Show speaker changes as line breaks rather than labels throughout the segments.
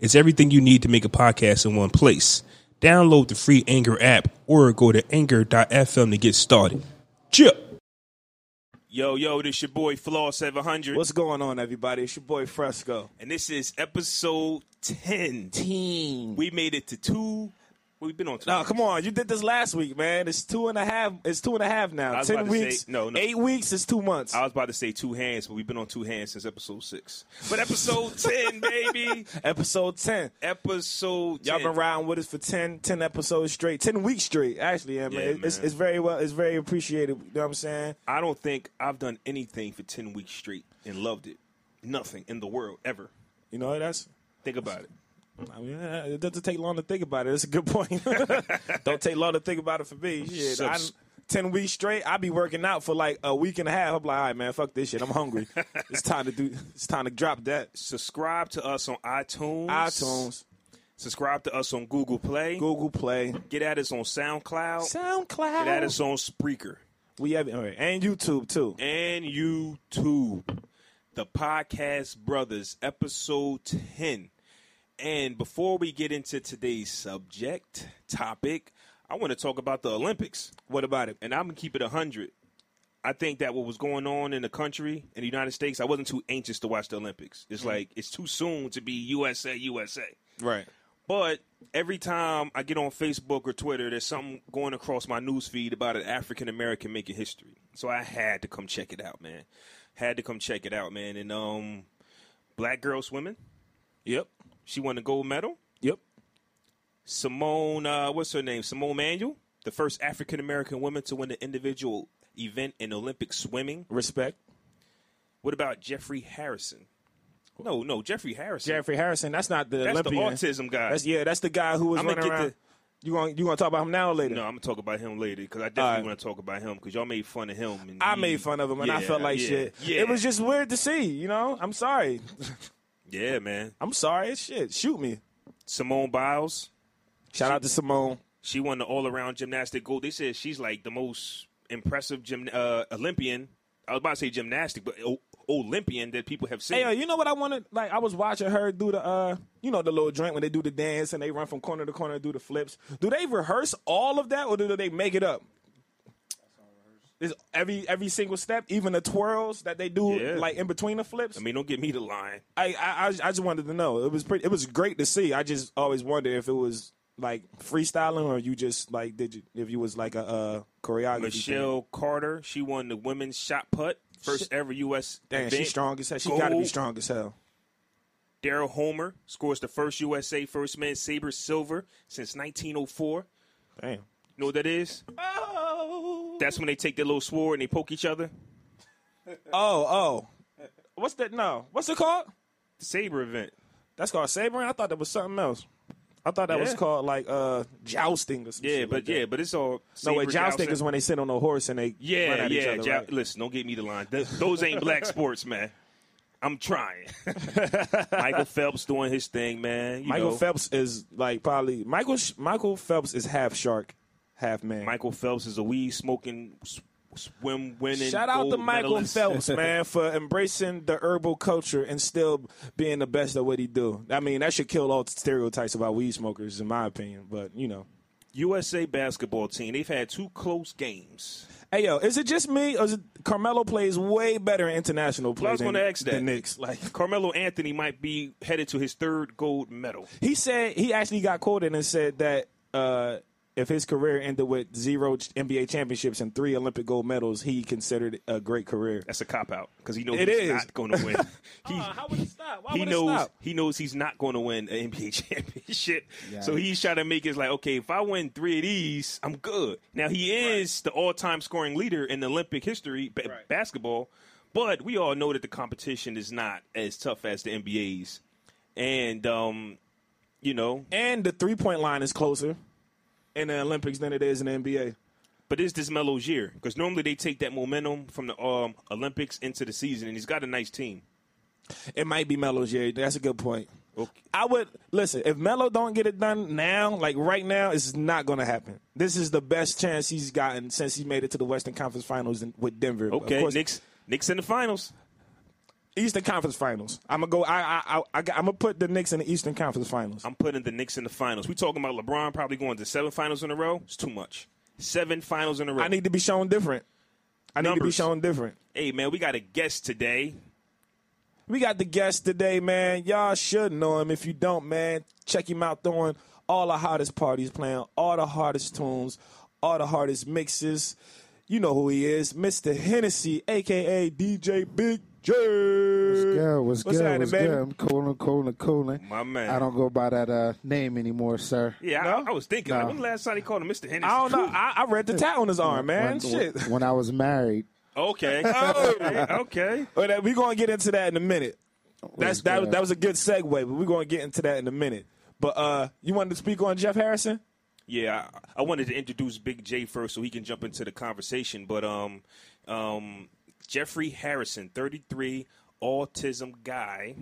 It's everything you need to make a podcast in one place. Download the free Anchor app or go to anchor.fm to get started. Chip. Yo, yo, this your boy Flaw 700.
What's going on, everybody? It's your boy Fresco.
And this is episode 10.
Team.
We made it to two. We've been on two.
Nah, come on. You did this last week, man. It's two and a half. It's two and a half now.
was
Ten
about to say-
weeks.
no, no.
Eight weeks is two months.
I was about to say two hands, but we've been on two hands since episode six. But episode 10, baby.
Episode 10.
Episode 10.
Y'all been riding with us for 10, 10 episodes straight. 10 weeks straight, actually. Yeah, man.
Yeah,
It's,
man.
it's very well. It's very appreciated. You know what I'm saying?
I don't think I've done anything for 10 weeks straight and loved it. Nothing in the world ever.
You know, that's.
Think about it.
I mean, uh, it doesn't take long to think about it. That's a good point. Don't take long to think about it for me. Shit, I,
Subs-
ten weeks straight, I be working out for like a week and a half. I'm like, all right, man, fuck this shit. I'm hungry. it's time to do. It's time to drop that.
Subscribe to us on iTunes.
iTunes,
Subscribe to us on Google Play.
Google Play,
Get at us on SoundCloud. Get at
SoundCloud.
us on Spreaker
We have all right, and YouTube too.
and YouTube. The Podcast Brothers, episode 10. And before we get into today's subject, topic, I want to talk about the Olympics.
What about it?
and I'm gonna keep it hundred. I think that what was going on in the country in the United States, I wasn't too anxious to watch the Olympics. It's like it's too soon to be USA, USA.
Right.
But every time I get on Facebook or Twitter, there's something going across my newsfeed about an African American making history. So I had to come check it out, man. Had to come check it out, man. And um, black girl swimming,
Yep.
she won the gold medal.
Yep.
Simone, uh, what's her name? Simone Manuel, the first African American woman to win an individual event in Olympic swimming.
Respect.
What about Jeffrey Harrison? No, no, Jeffrey Harrison.
Jeffrey Harrison. That's not the
That's
Olympian.
the autism guy.
That's yeah. That's the guy who was
I'ma
running
get
around. you gonna you gonna talk about him now or later?
no, I'm gonna talk about him later because I definitely
Alright.
want to talk about him because y'all made fun of him. And
I
he-
made fun of him and I
Yeah,
felt like
yeah,
shit.
Yeah,
It was just weird to see, you know? I'm sorry.
yeah, man.
I'm sorry. It's Shit, shoot me.
Simone Biles,
Shout out to Simone.
she won the all-around gymnastic gold. They said she's like the most impressive gym uh, Olympian. I was about to say gymnastic, but o- Olympian that people have seen.
Hey, yo, you know what I wanted? Like, I was watching her do the, uh, you know, the little joint when they do the dance and they run from corner to corner and do the flips. Do they rehearse all of that or do they make it up? Is every every single step, even the twirls that they do,
Yeah.
like in between the flips.
I mean, don't get me to line.
I, I I just- I just wanted to know. It was pretty. It was great to see. I just always wonder if it was like freestyling or you just like did you if you was like a uh, choreography. thing.
Michelle Carter, she won the women's shot put, first ever U.S.
Damn,
event.
she's strong as hell. She got to be
Gold.
strong as hell.
Daryl Homer scores the first USA first man saber silver since 1904.
Damn.
You know what that is?
Oh.
That's when they take their little sword and they poke each other.
Oh oh. What's that? No. What's it called?
The saber event.
That's called sabering. I thought that was something else. I thought that was
Yeah.
called like uh jousting or something.
Yeah, but yeah, but it's all
No, wait,
saber
jousting is when they sit on a horse and they run
yeah,
at
yeah.
each other.
jou-
right?
Listen, don't get me the line. Th- those ain't black sports, man. I'm trying. Michael Phelps doing his thing, man. You
Michael
know,
Phelps is like probably Michael Sh- Michael Phelps is half shark, half man.
Michael Phelps is a weed smoking, s- swim winning.
Shout out to
gold
Michael
medalist.
Phelps, man, for embracing the herbal culture and still being the best at what he do. I mean, that should kill all stereotypes about weed smokers, in my opinion. But you know,
USA basketball team. They've had two close games.
hey yo, is it just me or is it Carmelo plays way better in international play
was
than,
gonna ask that.
than Knicks? Like
Carmelo Anthony might be headed to his third gold medal.
he said, he actually got quoted and said that. uh if his career ended with zero NBA championships and three Olympic gold medals, he considered it a great career.
That's a cop out because he knows
It
he's
is. Uh-huh.
not going to win. he,
how would it stop? Why
he
would
knows
it stop?
he knows he's not going to win an NBA championship. So he's trying to make it like, okay, if I win three of these, I'm good. Now he is the all-time scoring leader in Olympic history ba- basketball, but we all know that the competition is not as tough as the NBA's, and um, You know,
And the three point line is closer in the Olympics than it is in the NBA.
but it's this Melo's year because normally they take that momentum from the um, Olympics into the season, and he's got a nice team.
It might be Melo's year. That's a good point. I would listen if Melo don't get it done now, like right now, it's not going to happen. This is the best chance he's gotten since he made it to the Western Conference Finals in, with Denver. Of
Okay,
course,
Knicks, Knicks in the finals.
Eastern Conference Finals. I'm gonna go. I I I, I I'm gonna put the Knicks in the Eastern Conference Finals.
I'm putting the Knicks in the finals. We talking about LeBron probably going to seven finals in a row. It's too much. Seven finals in a row.
I need to be shown different. I need to be
Numbers.
shown different.
hey man, we got a guest today.
We got the guest today, man. Y'all should know him. If you don't, man, check him out throwing all the hottest parties, playing all the hardest tunes, all the hardest mixes. You know who he is, Mr. Hennessy, aka DJ Big J. What's
Yeah, what's, good?
happening,
what's
baby?
good? I'm cooling, cooling, cooling.
My man.
I don't go by that uh, name anymore, sir.
Yeah, I,
No?
I was thinking. Like,
No.
when the last time he called him Mr. Hennessy?
I don't know. I, I read the tat on his arm, man.
when,
Shit.
When I was married,
Okay. Oh, okay.
But that- we gonna get into that in a minute. That's
is
that.
that?
That was a good segue, but we're gonna get into that in a minute. But uh, you wanted to speak on Jeff Harrison?
Yeah, I, I wanted to introduce Big J first so he can jump into the conversation. But um, um, Jeffrey Harrison, 33, autism guy,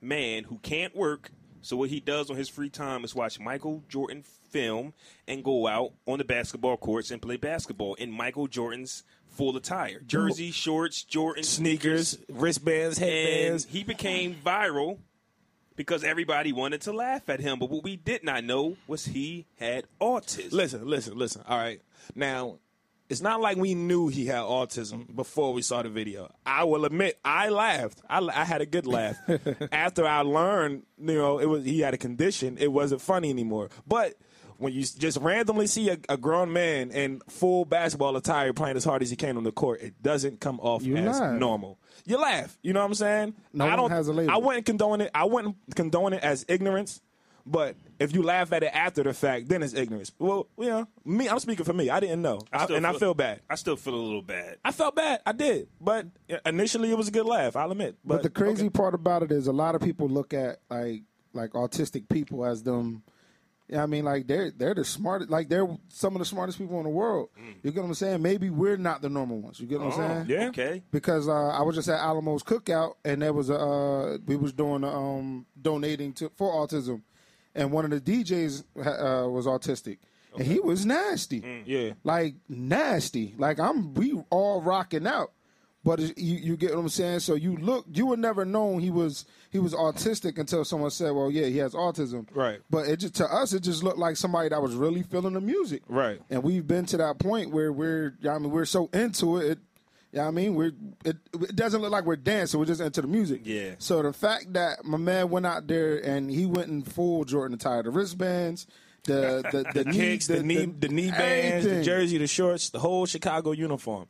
man who can't work. So what he does on his free time is watch Michael Jordan film and go out on the basketball courts and play basketball in Michael Jordan's full attire, jersey, shorts, Jordan
Sneakers, wristbands,
and
headbands.
he became viral because everybody wanted to laugh at him. But what we did not know was he had autism.
Listen, listen, listen. All right. Now, it's not like we knew he had autism before we saw the video. I will admit, I laughed. I, I had a good laugh. After I learned, you know, it was he had a condition. It wasn't funny anymore. But when you s- just randomly see a, a grown man in full basketball attire playing as hard as he can on the court, it doesn't come off
You
as
laugh.
normal. You laugh. You know what I'm saying?
No
I
one
don't,
has a label.
I wouldn't condone it. I wouldn't condone it as ignorance. But if you laugh at it after the fact, then it's ignorance. Well, yeah, me. I'm speaking for me. I didn't know, I
still
and I
feel-
feel bad.
I still feel a little bad.
I felt bad. I did, but initially it was a good laugh. I'll admit. But,
but the crazy
okay.
part about it is a lot of people look at like like autistic people as them. Yeah, I mean, like they're they're the smartest, like they're some of the smartest people in the world.
Mm.
You get what I'm saying? Maybe we're not the normal ones. You get what I'm saying?
Oh, yeah.
Okay.
because uh, I was just at Alamo's cookout, and there was a uh, we was doing um, donating to for autism, and one of the DJs uh, was autistic, and he was nasty,
Mm, Yeah.
like nasty, like I'm we all rocking out, but it- you you get what I'm saying? So you look, you would never known he was he was autistic until someone said, well, yeah, he has autism,
Right.
But it just to us, it just looked like somebody that was really feeling the music,
Right.
and we've been to that point where we're, I mean, we're so into it. it yeah, I mean, we're it, it doesn't look like we're dancing. We're just into the music.
Yeah.
So the fact that my man went out there and he went in full Jordan attire, the wristbands, the the, the, knee-
Kicks, the, knee, the knee bands, the
everything.
jersey, the shorts, the whole Chicago uniform.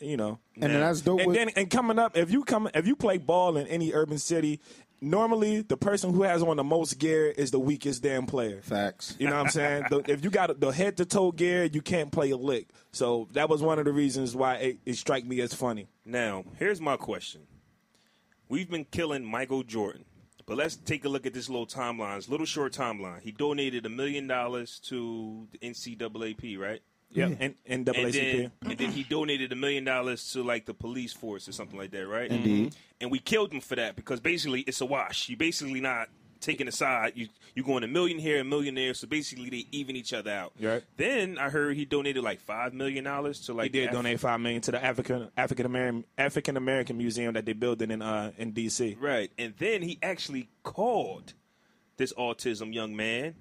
You know,
and then that's dope.
And
with-
then and coming up, if you come if you play ball in any urban city, normally the person who has on the most gear is the weakest damn player.
facts.
You know what I'm saying? the, if you got the head to toe gear, you can't play a lick. So that was one of the reasons why it, it strike me as funny.
Now, here's my question. We've been killing Michael Jordan, but let's take a look at this little timeline, this little short timeline. He donated a million dollars to the NCAAP, right?
Yep. And
And
and AACP.
then, and then he donated a million dollars to like the police force or something like that, right?
Mm-hmm.
Indeed. And we killed him for that because basically it's a wash. You basically not taking a side. You you going a million here, a million there. So basically they even each other out.
Right.
Then I heard he donated like five million dollars to like
He did
Af-
donate five million to the African African American African American museum that they building in uh in DC.
Right. And then he actually called this autism young man.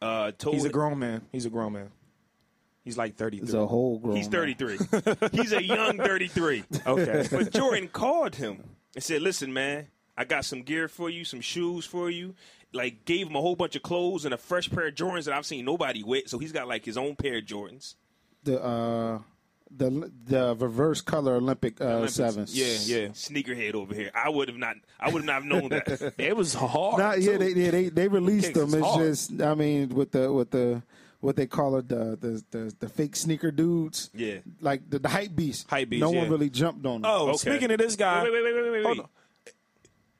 Uh, told
He's a grown man. He's a grown man. He's like thirty
It's
three.
a whole grown.
He's
man.
33. he's a young 33.
Okay.
But Jordan called him and said, "Listen, man, I got some gear for you, some shoes for you." Like gave him a whole bunch of clothes and a fresh pair of Jordans that I've seen nobody with. So he's got like his own pair of Jordans.
The uh, the the reverse color Olympic uh, sevens.
yeah, yeah.
Sneakerhead over here. I would have not. I would have not known that.
It was hard.
Not yeah,
too.
they, yeah, they they released
Kicks
them.
is
It's
hard.
just I mean with the with the what they call it the the the, the fake sneaker dudes.
Yeah.
like the, the hype beast.
Hype beast,
No
yeah.
one really jumped on. Them.
Oh,
Okay.
speaking of this guy,
wait, wait, wait, wait, wait, wait.
Hold on.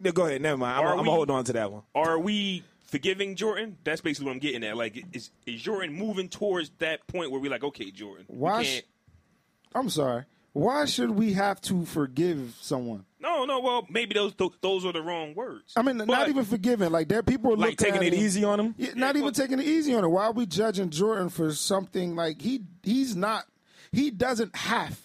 Yeah, go aad. Never mind. I'm,
Are
I'm
we-
gonna hold on to that one.
Are we forgiving Jordan? That's basically what I'm getting at. Like, is is Jordan moving towards that point where we're like, okay, Jordan, we
Why
can't-
sh- I'm sorry. Why should we have to forgive someone?
no, no. Well, maybe those tho- those are the wrong words.
I mean,
But,
not even forgiving. Like there, are people
Like
looked at
taking it
him-
easy on him.
Yeah, not even taking it easy on it. Why are we judging Jordan for something like he he's not he doesn't have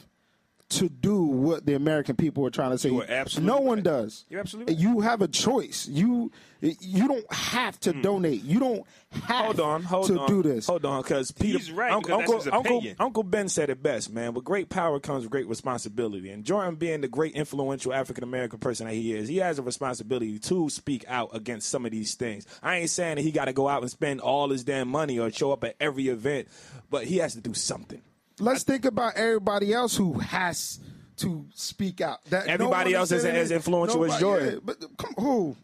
to do what the American people are trying to say.
You are absolutely
no one
right.
does.
You're absolutely right.
You have a choice. You you don't have to donate. You don't have
Hmm. Hold on, hold
to
on.
do this.
Hold on, because Peter,
He's right,
Uncle,
because that's his
Uncle, Uncle,
opinion.
Uncle Ben said it best, man. With great power comes great responsibility, and Jordan, being the great influential African American person that he is, he has a responsibility to speak out against some of these things. I ain't saying that he got to go out and spend all his damn money or show up at every event, but he has to do something.
Let's think about everybody else who has to speak out. That no
Everybody
one
else isn't
saying
as
it.
influential as
Nobody-
Jordan.
yeah, but come who?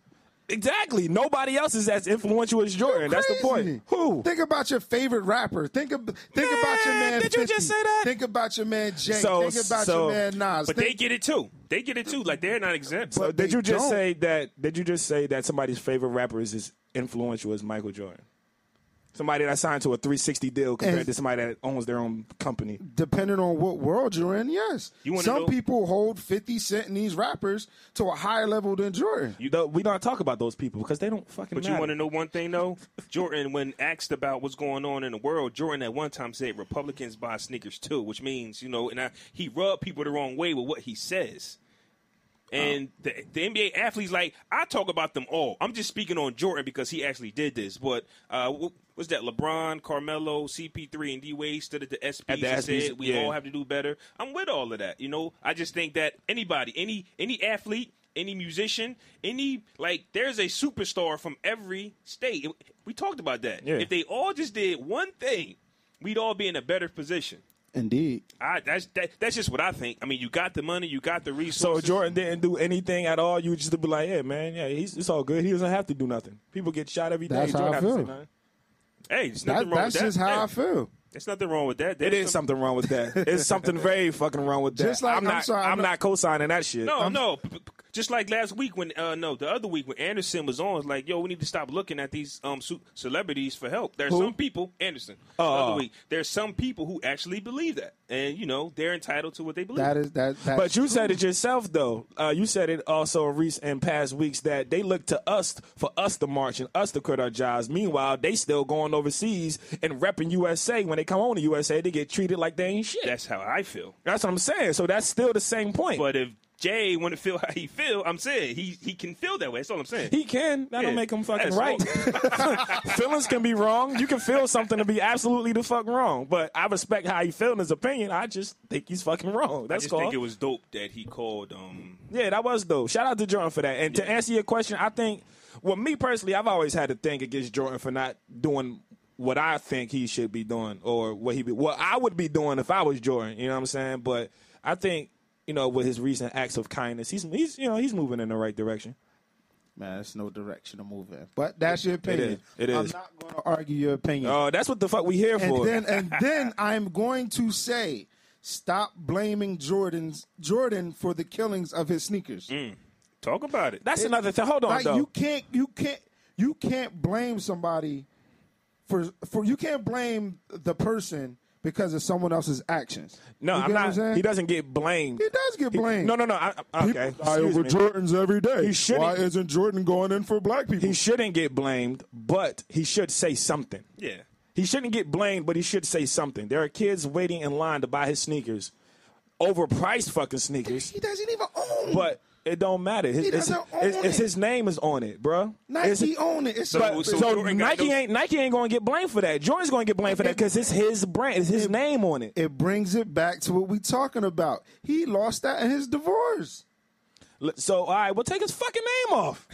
Exactly. Nobody else is as influential as Jordan. That's the
Crazy.
point. Who?
Think about your favorite rapper. Think ab- think about your
Man,
man.
did you
50.
just say that?
Think about your man Jay.
So-
think about
so-
your man Nas.
but they
think,
get it too. They get it too. Like they're not exempt.
So
But
Uh, did
they
you just
don't.
say that? Did you just say that somebody's favorite rapper is as influential as Michael Jordan? Somebody that signed to a 360 deal compared
And-
to somebody that owns their own company.
depending on what world you're in, yes.
You wanna
Some
know-
people hold 50 Cent and these rappers to a higher level than Jordan.
You don't, we don't talk about those people because they don't fucking.
But you
matter.
want to know one thing though? Jordan, when asked about what's going on in the world, Jordan at one time said Republicans buy sneakers too, which means you know, and I, he rubbed people the wrong way with what he says. And
Oh.
the, the NBA athletes, like I talk about them all. I'm just speaking on Jordan because he actually did this. But uh, wh- what's that? LeBron, Carmelo, CP3, and D Wade stood at the SPs
At the
and
SPs,
said we
yeah.
all have to do better. I'm with all of that. You know, I just think that anybody, any any athlete, any musician, any like, there's a superstar from every state. We talked about that.
Yeah.
If they all just did one thing, we'd all be in a better position.
Indeed.
I, that's that, that's just what I think. I mean, you got the money, you got the
So
resources.
Jordan didn't do anything at all. You would just be like, "Yeah, man, yeah, he's it's all good. He doesn't have to do nothing. People get shot every day.
That's how
Jordan
I
have to say
feel.
nothing.
hey, it's
That,
nothing wrong
that's
with that.
just how
Yeah.
I feel.
There's nothing wrong with that.
It
There's
is something wrong with that. It's something very fucking wrong with that.
Just like-
I'm
I'm
not,
sorry, I'm
I'm
not-
not co-signing that shit.
No, no. p- p- Just like last week when uh no, the other week when Anderson was on, it's like, yo, we need to stop looking at these um su- celebrities for help. There's some people, Anderson. the
oh.
other week, there's some people who actually believe that, and you know they're entitled to what they believe.
That is that. That's
But you said it yourself, though. Uh, you said it also in recent in past weeks that they look to us for us to march and us to quit our jobs. Meanwhile, they still going overseas and repping USA. When they come on to USA, they get treated like they ain't shit.
That's how I feel.
That's what I'm saying. So that's still the same point.
But if Jay want to feel how he feel, I'm saying he he can feel that way. That's all I'm saying.
he can. That
Yeah.
don't make him fucking
That's
right. Feelings can be wrong. You can feel something to be absolutely the fuck wrong. But I respect how he feel in his opinion. I just think he's fucking wrong.
I
That's
just
all.
think it was dope that he called. Um,
Yeah, that was dope. Shout out to Jordan for that. And to answer your question, I think, well, me personally, I've always had a thing against Jordan for not doing what I think he should be doing or what he be, what I would be doing if I was Jordan. You know what I'm saying? But I think, you know, with his recent acts of kindness, he's he's you know he's moving in the right direction.
man, it's no direction to move in. But that's your opinion.
It is.
I'm not going to argue your opinion.
Oh, that's what the fuck we here
and
for.
then uh, and then I'm going to say, stop blaming Jordan's Jordan for the killings of his sneakers.
Mm.
talk about it.
that's another thing. Hold on,
Like
though.
you can't you can't you can't blame somebody for for you can't blame the person because of someone else's actions.
no,
You
I'm
get what
not.
saying?
he doesn't get blamed.
He does get blamed.
No, no, no. I, I-
People
okay.
die
Excuse
over
me.
Jordans every day.
He shouldn't-
Why isn't Jordan going in for black people?
He shouldn't get blamed, but he should say something.
Yeah.
He shouldn't get blamed, but he should say something. There are kids waiting in line to buy his sneakers, overpriced fucking sneakers,
He doesn't even own.
but it don't matter. His,
He
it's,
doesn't own
it's- it's
it.
his name is on it, bruh. It's-
Nike own it. It's
So-
so,
so
so Jordan got
Nike
no-
ain't Nike ain't gonna get blamed for that. Jordan's gonna get blamed for that because it's his brand, it's his name on it.
it brings it back to what we talking about. He lost that in his divorce.
L- So all right, well take his fucking name off.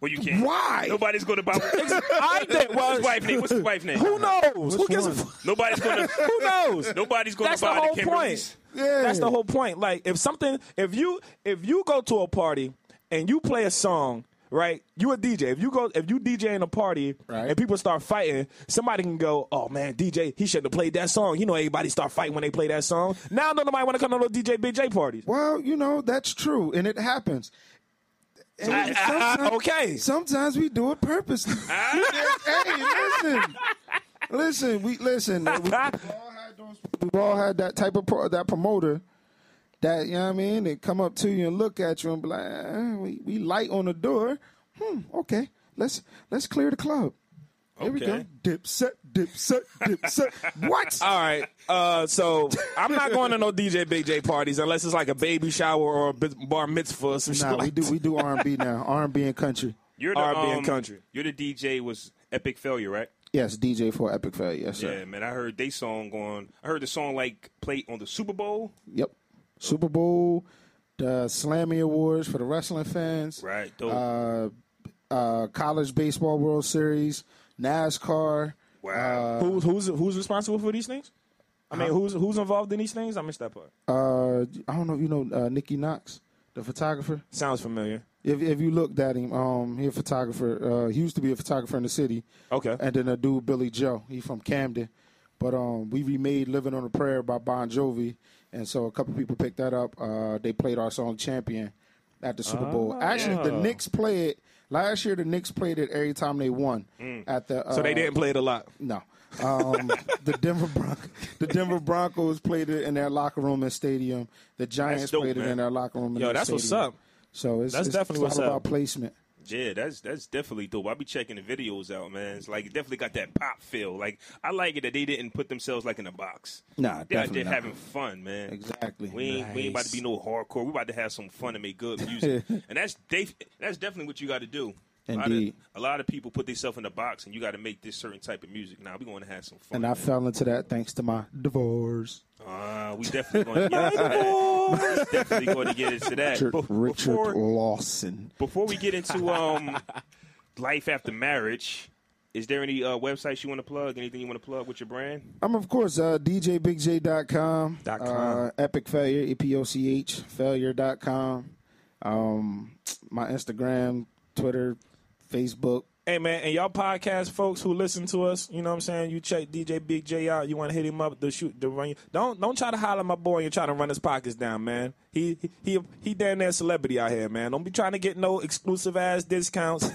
Well, you can't.
Why?
Nobody's going to buy.
I
What's
think
his
well,
wife name? What's his wife name?
who knows? Who gives a
one?
fuck?
Nobody's going to.
Who knows?
Nobody's going
That's
to
the
buy
whole
Kimberly's.
point.
Yeah.
That's the whole point. Like if something, if you if you go to a party and you play a song, right? You a DJ. If you go, if you DJ in a party
Right.
and people start fighting, somebody can go, "Oh man, DJ, he shouldn't have played that song." You know, everybody start fighting when they play that song. Now, don't nobody want to come to no DJ Big J parties.
Well, you know that's true, and it happens. And sometimes-
okay.
Sometimes we do it purposely. hey, listen, listen, we listen. We, we've, all had those, we've all had that type of pro, that promoter that you know what I mean. They come up to you and look at you and be like, "Eh, we, we light on the door. Hmm. Okay, let's let's clear the club. Here we go.
Okay.
Dip set, dip set, dip set. what?
All right. Uh, so I'm not going to no DJ Big J parties unless it's like a baby shower or a bis- bar mitzvah or some shit.
nah, we
like
do we do R and B now. R and B and country.
You're the
R&B and
um,
country.
You're the DJ was epic failure, right?
Yes, DJ for Epic Failure. Yes, sir.
Yeah, man. I heard they song on. I heard the song like played on the Super Bowl.
Yep. Super Bowl, the Slammy Awards for the wrestling fans.
Right. Dope.
Uh, uh, college baseball World Series, NASCAR. uh,
wow.
that. Who's who's who's responsible for these things? I mean, who's who's involved in these things? I missed that part.
Uh, I don't know if you know uh, Nikki Knox, the photographer.
Sounds familiar.
If if you looked at him, um, he a photographer. Uh, he used to be a photographer in the city.
Okay.
And then a dude Billy Joe, he from Camden, but um, we remade "Living on a Prayer" by Bon Jovi, and so a couple people picked that up. Uh, they played our song "Champion" at the Super Bowl. Actually,
Ah.
the Knicks played last year. The Knicks played it every time they won at the. Uh,
Mm. So they didn't play it a lot.
No. Um, the Denver Bron- the Denver Broncos played it in their locker room and stadium. The Giants
That's dope,
played it
man.
in their locker room. And
Yo,
their
that's what's
stadium.
up.
So it's
That's
it's,
definitely
it's
what's
all
up.
about placement.
Yeah, that's that's definitely dope. I be checking the videos out, man. It's like it definitely got that pop feel. Like I like it that they didn't put themselves like in a box.
Nah,
they out there
definitely not.
having fun, man.
Exactly.
We ain't we ain't about to be no hardcore. We about to have some fun and make good music. and that's they, that's definitely what you got to do. A lot, of,
Indeed.
a lot of people put themselves in a box, and you got to make this certain type of music. Now we going to have some fun.
And I fell into that thanks to my divorce.
Ah, we definitely going. to Definitely going to get into that.
Richard,
But
Richard
before-
Lawson.
Before we get into um, life after marriage, is there any uh, websites you want to plug? Anything you want to plug with your brand?
I'm of course uh, DJBigJ.com,
Dot com.
uh, Epic Failure, E P O C H Failure.com. Um, my Instagram, Twitter, Facebook.
Hey man, and y'all podcast folks who listen to us, you know what I'm saying? You check DJ Big J out. You want to hit him up to shoot, to run. You. Don't don't try to holler at my boy. and You're trying to run his pockets down, man. He he he damn near celebrity out here, man. Don't be trying to get no exclusive ass discounts.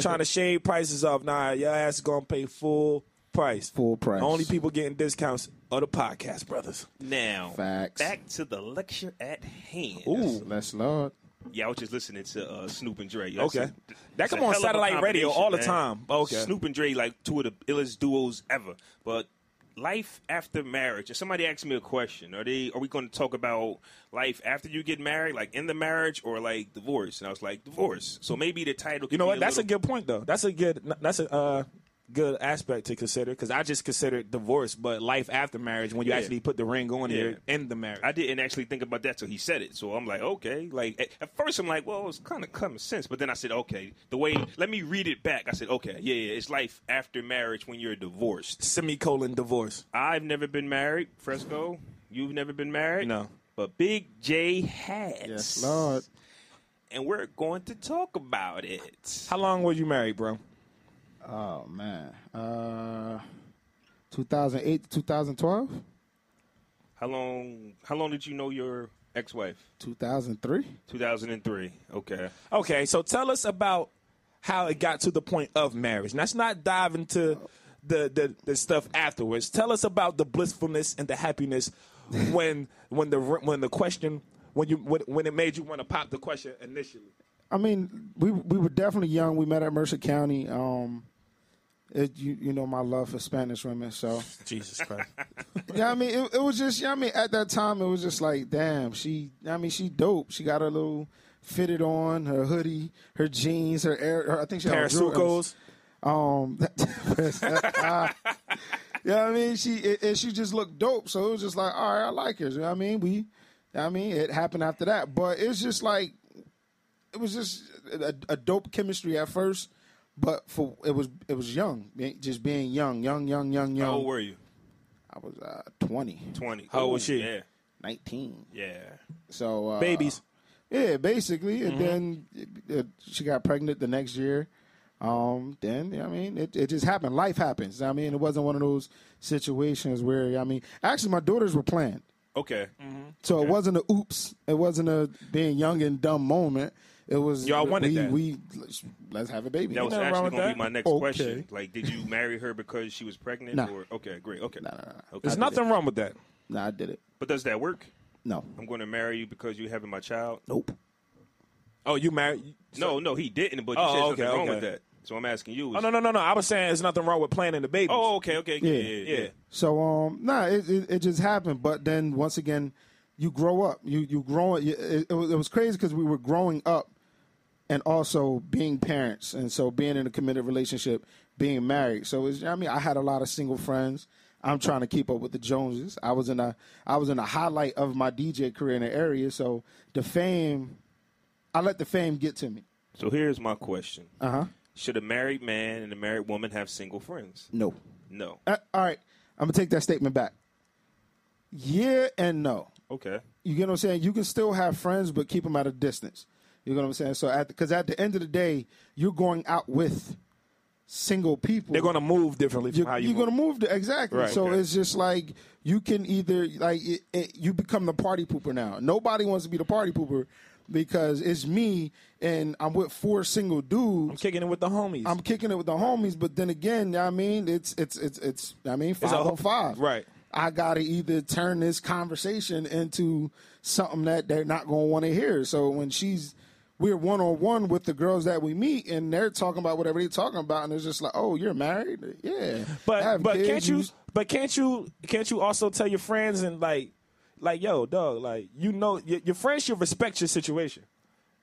trying to shave prices off. Nah, your ass is gonna pay full price.
Full price.
Only people getting discounts are the podcast brothers.
Now,
Facts.
back to the lecture at hand.
Ooh, that's Lord.
Yeah, I was just listening to uh, Snoop and Dre. That's
Okay,
a-
that
it's a
come on
hell of a
satellite radio all the
combination,
time.
man.
Okay,
Snoop and Dre, like two of the illest duos ever. But life after marriage. If somebody asked me a question, are they are we going to talk about life after you get married, like in the marriage, or like divorce? And I was like, divorce. So maybe the title.
You know what? That's
a
a good point, though. That's a good. That's a uh, good aspect to consider because I just considered divorce, but life after marriage when you
Yeah.
actually put the ring on
Yeah.
there in the marriage.
I didn't actually think about that till he said it. So I'm like, okay. Like at, at first, I'm like, well, it's kind of common sense. But then I said, okay. The way let me read it back. I said, okay, yeah, yeah. It's life after marriage when you're divorced.
Semicolon divorce.
I've never been married, Fresco. You've never been married,
No.
But Big J has.
Yes, Lord.
And we're going to talk about it.
How long were you married, bro?
Oh man. Uh 2008 to 2012?
How long? How long did you know your ex-wife?
2003?
2003. Okay.
Okay, so tell us about how it got to the point of marriage. Let's not dive into the, the the stuff afterwards. Tell us about the blissfulness and the happiness when when the when the question when you when, when it made you want to pop the question initially.
I mean, we we were definitely young. We met at Mercer County. Um it, you you know my love for Spanish women, so
Jesus Christ.
yeah. I mean, it, it was just yeah. I mean, at that time, it was just like, damn, she. I mean, she dope. She got her little fitted on, her hoodie, her jeans, her air. Her, I think she had on Jordans.
Parasucos.
Um, yeah, I mean, she it, and she just looked dope, so it was just like, all right, I like her. You know what I mean, we, I mean, it happened after that, but it's just like, it was just a, a dope chemistry at first, but for it was it was young, just being young, young, young, young, young.
How old were you?
I was uh, 20,
20.
How old was
Ooh,
she?
Yeah.
19.
Yeah.
so uh,
Babies.
Yeah, basically, and then it, it, she got pregnant the next year. Um, then I mean, it, it just happened. Life happens. I mean, it wasn't one of those situations where I mean, actually, my daughters were planned,
Okay.
so it wasn't a oops. It wasn't a being young and dumb moment. It was
Y'all wanted
we,
that.
We let's, let's have a baby.
That was
nothing wrong
actually
with
going to
that.
be my next
Okay.
question. Like, did you marry her because she was pregnant?
Nah.
Or okay, great. Okay,
no, no, no.
Okay.
There's nothing wrong with that.
nah, I did it.
But does that work?
No,
I'm going to marry you because you're having my child.
nope.
Oh, you married?
No, no, he didn't. But you
Oh,
said
okay,
something wrong
okay.
with that. So I'm asking you.
Oh no, no, no, no. I was saying there's nothing wrong with planning the baby.
Oh, okay, okay, yeah, yeah. yeah.
So um, nah, it, it it just happened. But then once again, you grow up. You you grow it. It, it was, it was crazy because we were growing up, and also being parents, and so being in a committed relationship, being married. So it's, I mean, I had a lot of single friends. I'm trying to keep up with the Joneses. I was in a I was in a highlight of my DJ career in the area. So the fame, I let the fame get to me.
So here's my question:
Uh huh.
Should a married man and a married woman have single friends?
No.
No.
Uh, all right. I'm gonna take that statement back. Yeah and no.
Okay.
You get what I'm saying? You can still have friends, but keep them at a distance. You get what I'm saying? So, at because at the end of the day, you're going out with single people.
They're gonna move differently from
you're,
how you.
you're
move.
gonna move to, exactly.
Right,
so
okay.
it's just like you can either like it, it, you become the party pooper now. Nobody wants to be the party pooper because it's me and I'm with four single dudes.
I'm kicking it with the homies.
I'm kicking it with the homies, but then again, I mean, it's it's it's it's I mean, five
a-
on five,
right.
I gotta either turn this conversation into something that they're not gonna want to hear. So when she's we're one on one with the girls that we meet, and they're talking about whatever they're talking about, and it's just like, oh, you're married, yeah, I
but
have
but
kids,
can't you? But can't you? Can't you also tell your friends and like, like yo, dog, like you know, your, your friends should respect your situation.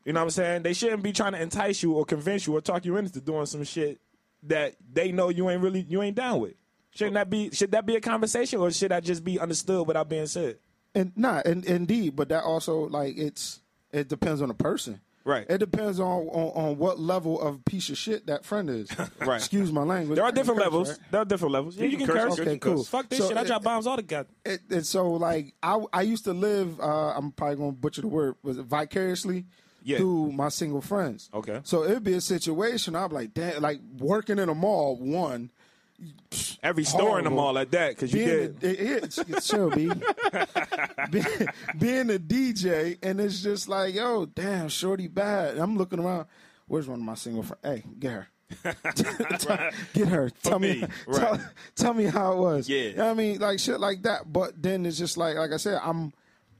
You know what I'm saying? They shouldn't be trying to entice you or convince you or talk you into doing some shit that they know you ain't really you ain't down with. Shouldn't that be? Should that be a conversation or should that just be understood without being said?
and nah, and indeed, but that also like it's it depends on the person.
Right.
It depends on, on, on what level of piece of shit that friend is.
Right.
Excuse my language.
There
I
are
can
different
curse,
levels.
right?
There are different levels. Yeah, you can
curse,
curse.
you
Okay, cool.
Fuck this
So
shit. I
it-
drop bombs all together.
it, and so like I I used to live uh, I'm probably gonna butcher the word was it vicariously
Yeah.
through my single friends.
Okay.
So it'd be a situation I'm like damn like working in a mall one
Every store in the
Horrible.
mall like that because you
being
did.
a, it, it, chill, B. Be- being a DJ and it's just like yo damn shorty bad And I'm looking around where's one of my single friends hey get her. get her. Tell me,
me,
tell, tell me how it was.
Yeah.
You know what I mean, like shit like that. But then it's just like, like I said, I'm,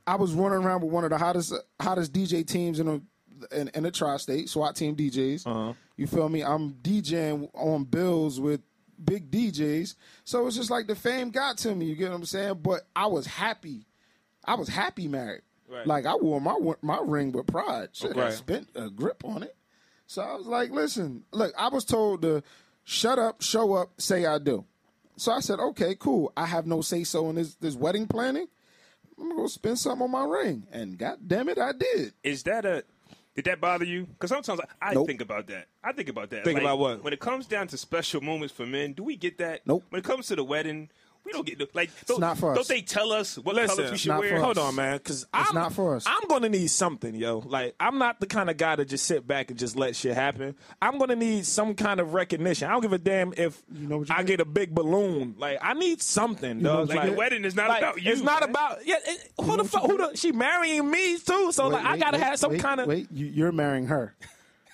I was running around with one of the hottest, hottest DJ teams in the, in, in the tri-state SWAT team DJs. You feel me? I'm DJing on bills with big DJs. So it's just like the fame got to me. You get what I'm saying? But I was happy. I was happy married.
Right.
Like I wore my my ring with pride. Shit, I
Okay.
spent a grip on it. So I was like, listen, look, I was told to shut up, show up, say I do. So I said, okay, cool. I have no say so in this this wedding planning. I'm gonna go spend something on my ring, and god damn it, I did.
Is that a? Did that bother you? Because sometimes I, I
Nope.
think about that. I think about that.
Think about what?
When it comes down to special moments for men, do we get that?
Nope.
When it comes to the wedding, we don't get the- like. Don't,
not for
don't
us.
they tell us what
Listen,
colors we
it's
should
not
wear?
for us.
Hold on, man. Because I'm
not for us.
I'm gonna need something, yo. Like I'm not the kind of guy to just sit back and just let shit happen. I'm gonna need some kind of recognition. I don't give a damn if
know what you
I get a big balloon. Like I need something, dog.
what you
Like
get?
The wedding is not
like,
about you,
It's not
man.
about yeah. It, who the
what
fuck?
you
Who the? She marrying me too. So like I
Wait,
gotta
wait,
have some
wait,
kind of
wait. You, you're marrying her.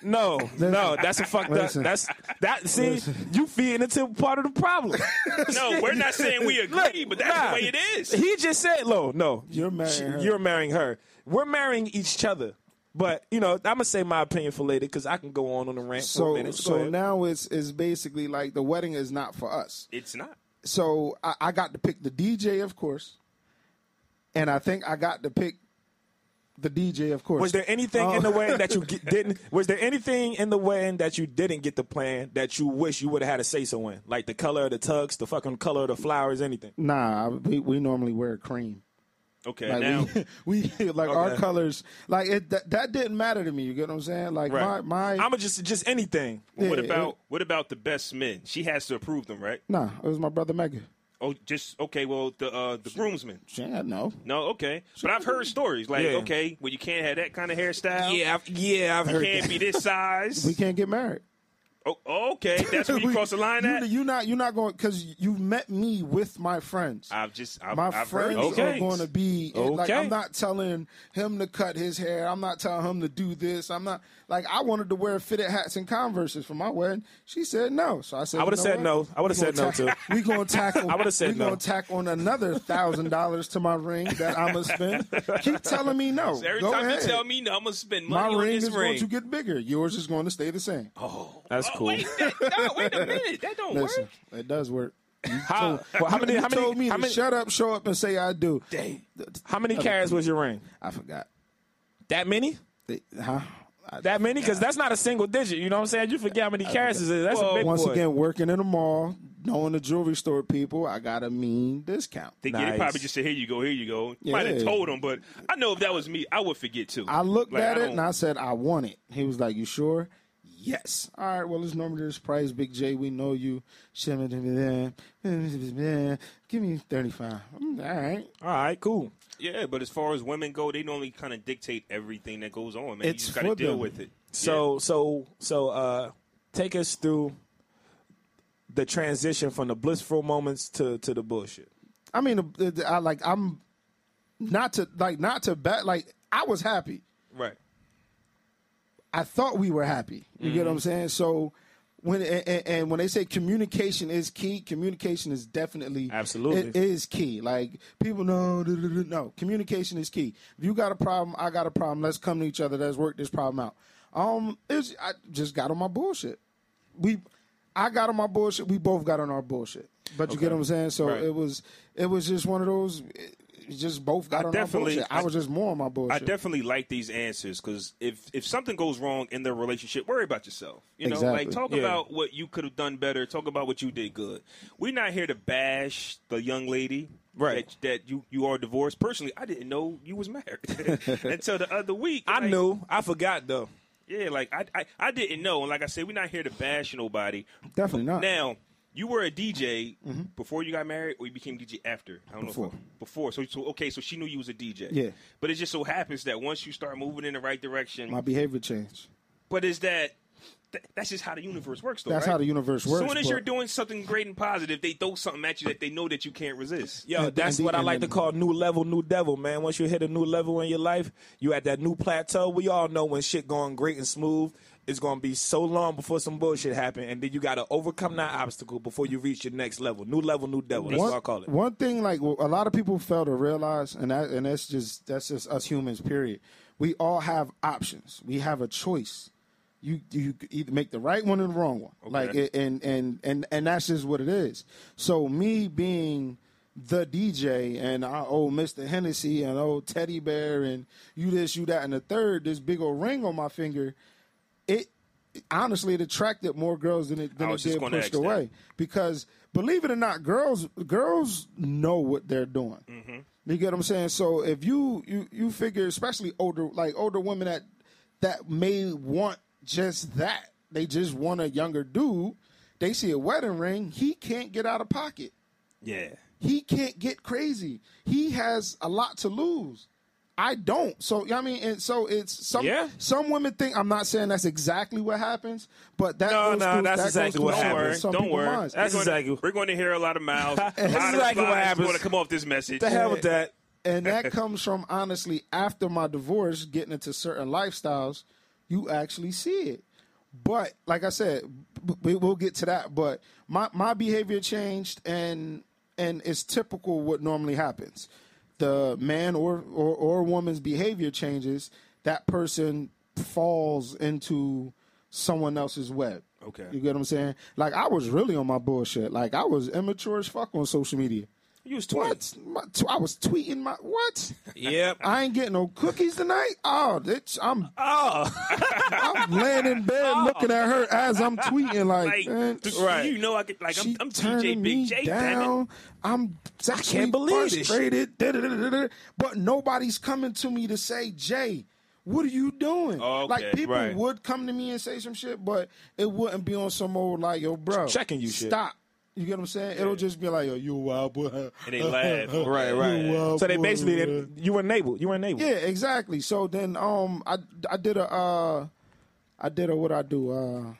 no, no. That's a fucked up.
Listen.
That's that. See, you feeding into part of the problem.
No, we're not saying we agree,
Look,
but that's
nah.
the way it is.
He just said, "Lo, no,
You're marrying her.
You're marrying her. We're marrying each other." But you know, I'm gonna say my opinion for later because I can go on on the rant. for
So
minutes. Go
so
ahead.
now it's it's basically like the wedding is not for us.
It's not.
so I, I got to pick the DJ, of course, and I think I got to pick the DJ, of course. Uh,
was there anything in the
Oh.
way that you get, didn't? Was there anything in the way that you didn't get the plan that you wish you would have had a say so in, like the color of the tux, the fucking color of the flowers, anything?
nah, we, we normally wear cream.
Okay.
Like
now,
we, we like our
Okay.
colors. Like it, that, that didn't matter to me. You get what I'm saying? Like my my
I'm just just anything.
what
yeah,
about what about the best men? She has to approve them, right?
nah. It was my brother Mega.
Oh, just okay. Well, the uh, the groomsmen.
Yeah, no.
No, okay. But I've heard stories like,
Yeah.
okay, well, you can't have that kind of hairstyle.
Yeah, I've, yeah, I've
You
heard.
can't
That.
be this size.
We can't get married.
Oh, okay, that's where you
We-
cross the line
you,
at.
You not you not going because you met me with my friends.
I've just I've,
my
I've heard.
friends are
Okay,
going to be like
Okay.
I'm not telling him to cut his hair. I'm not telling him to do this. I'm not like I wanted to wear fitted hats and Converse's for my wedding. She said no, so I said
I would've
you know
said
what?
no. I would've
We gonna
said no,
tack- We gonna tackle.
I would've said
we
no.
gonna tack on another thousand dollars to my ring that I'm gonna spend. Keep telling me no.
every
Go
time
ahead.
you tell me no, I'm gonna spend
my
money on
ring
this
is
ring.
going to get bigger. Yours is going to stay the same.
That's
Oh,
cool.
wait, that, no, wait a minute, that don't
Listen,
work.
it does work.
How, well, how many?
you
How many?
told me
how
to
many?
shut up, show up, and say I do.
How many carats was your ring?
I forgot.
That many?
They- huh? I-
That many? Because that's not a single digit. You know what I'm saying? You forget how many carats is it is. That's
Well,
a big
once
boy.
again, working in a mall, knowing the jewelry store people, I got a mean discount.
They, yeah, they
Nice.
probably just said, "Here you go, here you go." Might have
Yeah.
told him, but I know if that was me, I would forget too.
I looked
Like,
at it
don't-
and I said, I want it. He was like, You sure? Yes. All right, well, it's normally this price. Big J, we know you. Give me 35. Mm, All right.
All right, cool.
yeah, but as far as women go, they normally kind of dictate everything that goes on. Man, you
It's
just gotta
for
deal
them.
with it.
So so so uh take us through the transition from the blissful moments to to the bullshit.
I mean, the- the- I like, I'm not to, like, not to bet. Like, I was happy.
right.
I thought we were happy. You get
Mm-hmm.
what I'm saying? So when and, and- and when they say communication is key, communication is definitely
Absolutely.
it is key. Like people know, duh, duh, duh, no, communication is key. If you got a problem, I got a problem. Let's come to each other. Let's work this problem out. Um, it's I just got on my bullshit. We, I got on my bullshit. We both got on our bullshit. But you get what I'm saying? So
Right.
it was it was just one of those. It, it just both got on
definitely-
our bullshit. I,
I-
was just more on my bullshit.
I definitely like these answers because if if something goes wrong in their relationship, worry about yourself. You know,
Exactly.
like talk about what you could have done better. Talk about what you did good. We're not here to bash the young lady.
Right.
That, that you you are divorced. Personally, I didn't know you was married until the other week.
I
Like,
knew. I forgot though.
Yeah, like I, I I didn't know. And like I said, we're not here to bash nobody.
definitely not.
Now, you were a DJ before you got married, or you became DJ after? I don't
Mm-hmm. Before.
know. If, before. So, so okay. So she knew you was a DJ.
Yeah.
But it just so happens that once you start moving in the right direction,
my behavior changed.
but is that th- that's just how the universe works, though.
That's
right?
how the universe
As
works,
soon as
but-
you're doing something great and positive, they throw something at you that they know that you can't resist.
Yo,
And-
that's
and-
what I
and
like to
then-
call new level, new devil, man. Once you hit a new level in your life, you at that new plateau. We all know when shit going great and smooth, it's gonna be so long before some bullshit happen, and then you gotta overcome that obstacle before you reach your next level. New level, new devil. That's
one,
what I call it.
One thing like w- a lot of people fail to realize, and that, and that's just that's just us humans. Period. We all have options. We have a choice. You you could either make the right one or the wrong one. Like it, and and and and that's just what it is. So me being the DJ and our old Mr. Hennessy and old Teddy Bear and you this you that and the third this big old ring on my finger, it honestly it attracted more girls than it than
I
it
was just
did
gonna ask
pushed
that.
away because believe it or not, girls girls know what they're doing.
Mm-hmm.
You get what I'm saying? So if you you you figure, especially older like older women that that may want just that, they just want a younger dude. They see a wedding ring, he can't get out of pocket.
Yeah.
He can't get crazy. He has a lot to lose. I don't. So I mean, and so it's some
Yeah.
some women think I'm not saying that's exactly what happens, but that
No,
goes
no,
through-
that's
that
exactly
goes
what
through some-
Don't worry.
some
Don't
people's
worry.
minds.
That's
we're gonna,
exactly-
We're going to hear a lot of mouths. That's
exactly what happens.
going to come off this message.
the hell with that.
and that comes from honestly after my divorce getting into certain lifestyles you actually see it but like i said b- we will get to that but my my behavior changed and and it's typical what normally happens the man or or, or woman's behavior changes that person falls into someone else's web
Okay.
you get what i'm saying like i was really on my bullshit like i was immature as fuck on social media
You was 20.
what? My, t- I was tweeting my what?
Yep.
I ain't getting no cookies tonight. Oh, bitch, I'm
Oh,
I'm laying in bed looking at her as I'm tweeting like,
Like,
man,
th-
Right.
you know, I could, like, I'm,
she
I'm
turning
TJ Big J.
me
Damn it.
down. I'm actually
can't believe this
frustrated. Da-da-da-da-da. But nobody's coming to me to say, Jay, what are you doing?
Okay,
like people
right.
would come to me and say some shit, but it wouldn't be on some old like, yo, bro,
Checking you shit.
Stop. You get what I'm saying? It'll just be like, yo, you a wild boy. And
they laugh. Right,
so they basically didn't- you were enabled. You were enabled.
yeah, exactly. So then um I I did a uh I did a what I do uh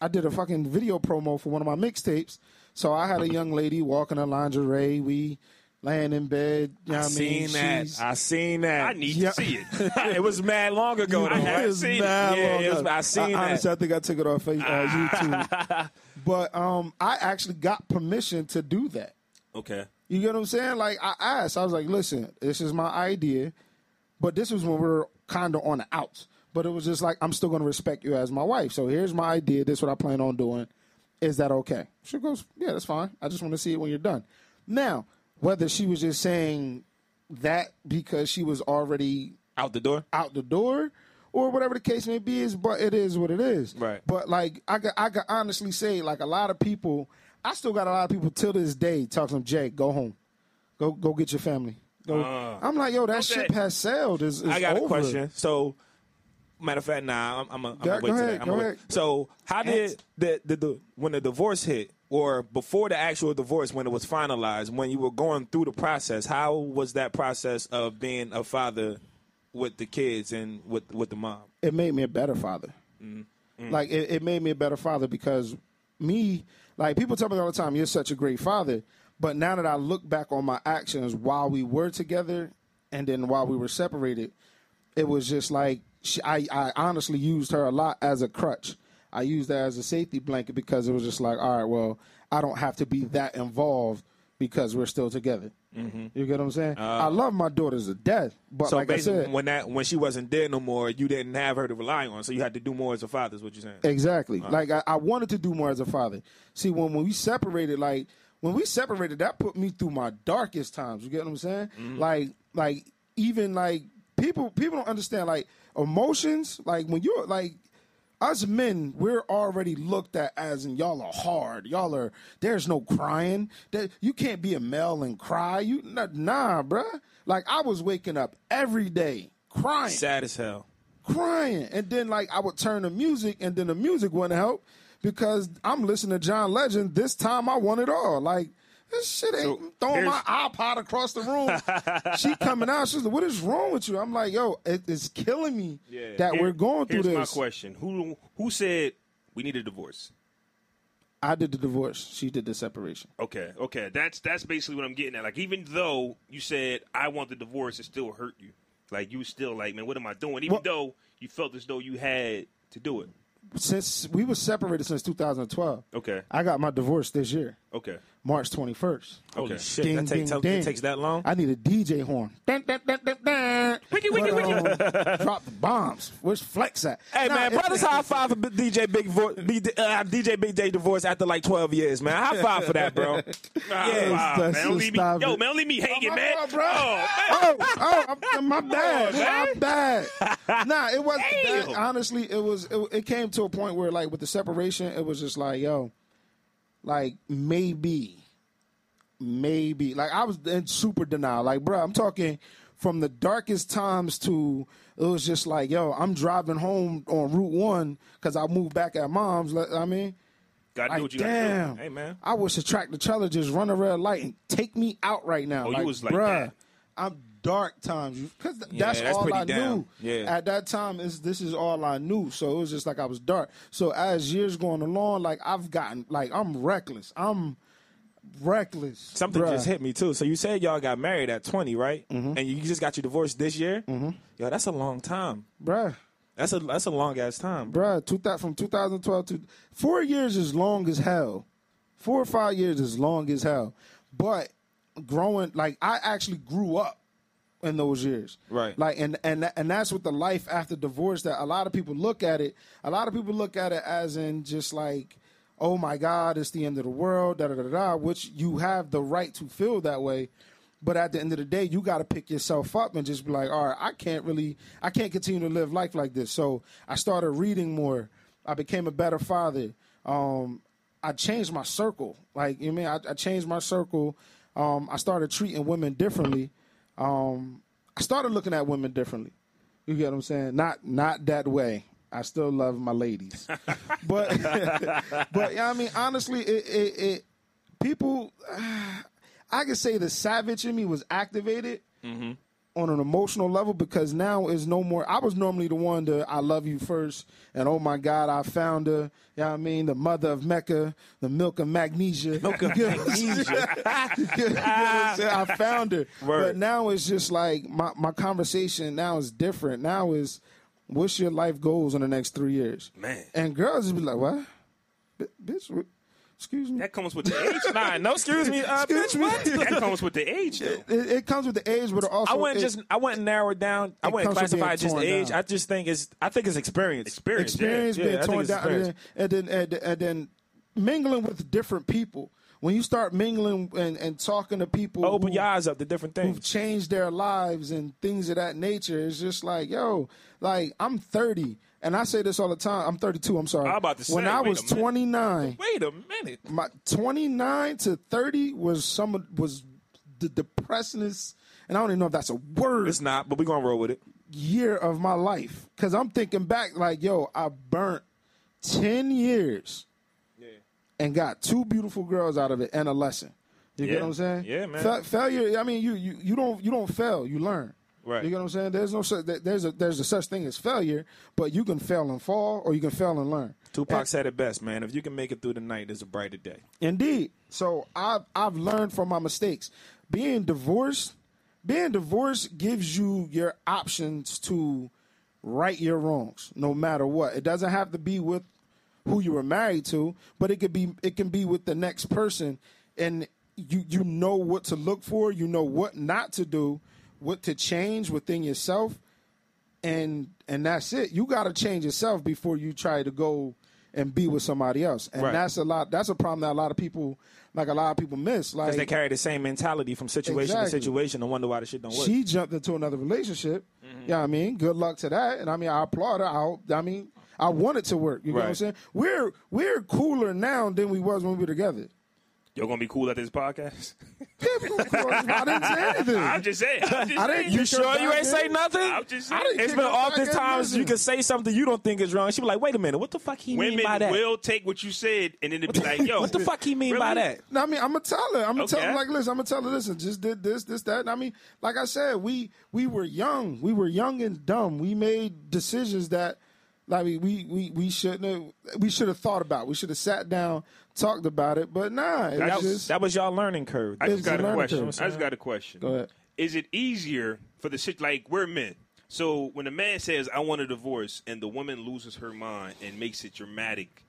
I did a fucking video promo for one of my mixtapes. So I had a young lady walking in lingerie. We laying in bed. You know what I mean?
seen that.
She's-
I seen that.
I need
Yeah.
to see it.
it was mad long ago. Though,
I
right?
haven't seen it.
mad
Yeah,
long
it was-
ago.
I seen that.
Honestly, I think I took it off face- uh, YouTube. but um, I actually got permission to do that.
Okay.
You get what I'm saying? Like I asked, I was like, "Listen, this is my idea," but this was when we were kind of on the outs. But it was just like, "I'm still going to respect you as my wife." So here's my idea. This is what I plan on doing. Is that okay? She goes, "Yeah, that's fine. I just want to see it when you're done." Now, whether she was just saying that because she was already
Out the door.
out the door or whatever the case may be is but it is what it is
Right.
but like i could, I could honestly say like a lot of people i still got a lot of people till this day talking to jay go home go go get your family go i'm like yo that ship
that-
has sailed is
Uh. I got a question. So, matter of fact, nah, I'm, I'm, a, I'm
Go-
gonna wait
go
to
ahead,
that. I'm
go
gonna
ahead.
wait. So, how did the, the the when the divorce hit, or before the actual divorce, when it was finalized, when you were going through the process, how was that process of being a father with the kids and with with the mom?
it made me a better father. Like it, it made me a better father because me, like people tell me all the time, you're such a great father. But now that I look back on my actions while we were together and then while we were separated, it was just like she, I, I honestly used her a lot as a crutch. I used her as a safety blanket because it was just like, all right, well, I don't have to be that involved because we're still together. You get what I'm saying? I love my daughters to death, but
So
like I
basically,
said,
when that when she wasn't there no more, you didn't have her to rely on, so you had to do more as a father. Is what you're saying?
Eh. Exactly. Like I, I wanted to do more as a father. See, when when we separated, like when we separated, that put me through my darkest times. You get what I'm saying? Like like even like people people don't understand like emotions. Like when you're like us men, we're already looked at as and y'all are hard. Y'all are there's no crying. That you can't be a male and cry. You nah, nah bruh. Like I was waking up every day crying
Sad as hell.
crying. And then like I would turn the music, and then the music wouldn't help because I'm listening to John Legend. This time I want it all. Like this shit ain't I'm throwing my iPod across the room. she coming out. She's like, "What is wrong with you?" I'm like, "Yo, it, it's killing me that
Here-
we're going through
here's
this."
my question: Who who said we need a divorce?
I did the divorce. She did the separation.
Okay, okay, that's that's basically what I'm getting at. Like, even though you said I want the divorce, it still hurt you. Like, you was still like, man, what am I doing? Even
Well-
though you felt as though you had to do it.
Since we were separated since 2012,
Okay,
I got my divorce this year,
okay.
March 21st.
Holy
Okay.
shit!
Ding,
that take,
ding,
tell-
ding.
It takes that long.
I need a DJ horn. Dun, dun, dun, dun, dun.
wiki,
But, um, drop the bombs. Where's Flex at?
Hey
Nah,
man,
it's-
brothers high five for B- DJ Big Vo- B- uh, DJ Big Day divorce after like twelve years, man. High five for that,
Oh,
bro. yeah,
that's-
man,
that's
don't
just
leave me, yo,
stop
man,
it.
don't leave me hanging,
my
man.
fault, bro.
Oh, man.
Oh, oh, I'm- I'm, my bad, my bad. Nah, it wasn't.
Damn.
That, honestly, it was. It, it came to a point where, like, with the separation, it was just like, yo, like maybe, maybe. Like, I was in super denial. Like, bro, I'm talking from the darkest times to it was just like, yo, I'm driving home on Route One because I moved back at mom's. like, I mean.
Gotta do
Like,
what you gotta do.
damn,
Hey, man.
I wish the tractor trailer just run a red light and take me out right now.
Oh, you
like,
was like
bruh,
that.
I'm dark times because
Yeah,
that's,
that's
all
pretty
I
down.
knew.
Yeah.
At that time, is this is all I knew. So it was just like I was dark. So as years going along, like I've gotten like I'm reckless. I'm reckless.
Something
bruh. Mm-hmm.
just hit me too. So you said y'all got married at twenty, right? And you just got your divorce this year. Mm-hmm. Yo, that's a long time.
bruh.
That's a that's a long ass time. Bro.
Bruh, two thou- from 2012 to four years is long as hell. Four or five years is long as hell. But growing, like I actually grew up in those years,
Right.
Like, and and tha- and that's what the life after divorce that a lot of people look at it. A lot of people look at it as in just like, oh my God, it's the end of the world, da da da da. Which you have the right to feel that way. But at the end of the day, you got to pick yourself up and just be like, all right, I can't really, I can't continue to live life like this. So I started reading more. I became a better father. Um, I changed my circle. Like, you know what I mean? I, I changed my circle. Um, I started treating women differently. Um, I started looking at women differently. You get what I'm saying? Not not that way. I still love my ladies. but but yeah, I mean honestly it it, it people I could say the savage in me was activated on an emotional level because now is no more. I was normally the one to I love you first and oh my God, I found her. You know what I mean? The mother of Mecca, the milk of magnesia. Milk of magnesia. I found her. But now it's just like my, my conversation now is different. Now is what's your life goals in the next three years?
Man.
And girls just be like, what? B- bitch, what? excuse me.
That comes with the age.
Nah, no, excuse me, uh,
Excuse
bitch,
me.
what?
that comes with the age, though.
It, it comes with the age, but it also
I wouldn't
it-
just I wouldn't narrow it down. I
It
wouldn't
comes from being
classify it just
torn
age.
down.
I just think it's I think it's experience.
Experience. yeah.
experience
Yeah,
being
I think
torn
it's
down, and then,
experience.
and then and, and then mingling with different people. When you start mingling and, and talking to people,
Open
who-
your eyes up to different
who've
things.
changed their lives and things of that nature. It's just like, yo, like I'm 30, and I say this all the time. I'm 32. I'm sorry.
I'm about to say,
when I
wait
was
a minute.
29,
Wait a minute.
my 29 to 30 was some of- was the depressingest, and I don't even know if that's a word
It's not, but we're gonna roll with it.
year of my life because I'm thinking back like, yo, I burnt 10 years and got two beautiful girls out of it and a lesson. You
Yeah.
get what I'm saying?
Yeah, man.
Fa- failure. I mean, you, you you don't you don't fail. You learn.
Right.
You get what I'm saying? There's no such there- there's a there's a such thing as failure, but you can fail and fall, or you can fail and learn.
Tupac said it best, man. If you can make it through the night, there's a brighter day.
Indeed. So I've I've learned from my mistakes. Being divorced, being divorced gives you your options to right your wrongs, no matter what. It doesn't have to be with who you were married to, but it could be it can be with the next person, and you you know what to look for, you know what not to do, what to change within yourself and and that's it. You got to change yourself before you try to go and be with somebody else. And
Right.
that's a lot. That's a problem that a lot of people, like a lot of people, miss.
Because they
Like
carry the same mentality from situation to
Exactly.
situation and wonder why the shit don't work. Mm-hmm.
she jumped into another relationship. Yeah, I mean, good luck to that. And I mean, I applaud her. I, hope- I mean, I want it to work. You know what I'm
Right.
saying? We're we're cooler now than we was when we were together.
Y'all gonna be cool at this podcast?
Yeah, we were cool. I didn't say anything.
I'm just saying. I'm just
I didn't
saying.
get
you sure you ain't say nothing?
I'm just saying.
didn't
It's
kick
been
her
all
back
this
in
times
prison.
you can say something you don't think is wrong. She be like, wait a minute, what the fuck he mean
Women
by that?
will take what you said, and then it'll be like, yo,
what the fuck he mean by
really?
that?
No, I mean, I'm gonna tell her. I'm gonna tell
Okay.
her like, listen, I'm gonna tell her, listen, just did this, this, that. And I mean, like I said, we we were young, we were young and dumb. We made decisions that, like, we we we, we shouldn't have, we should have thought about. We should have sat down, talked about it. But nah, it
That
was
was,
just
that was y'all learning curve.
I just
It's a
got a
learning
question.
curve.
I just got a question.
ahead.
Is it easier for the sit like we're men? So when a man says I want a divorce and the woman loses her mind and makes it dramatic,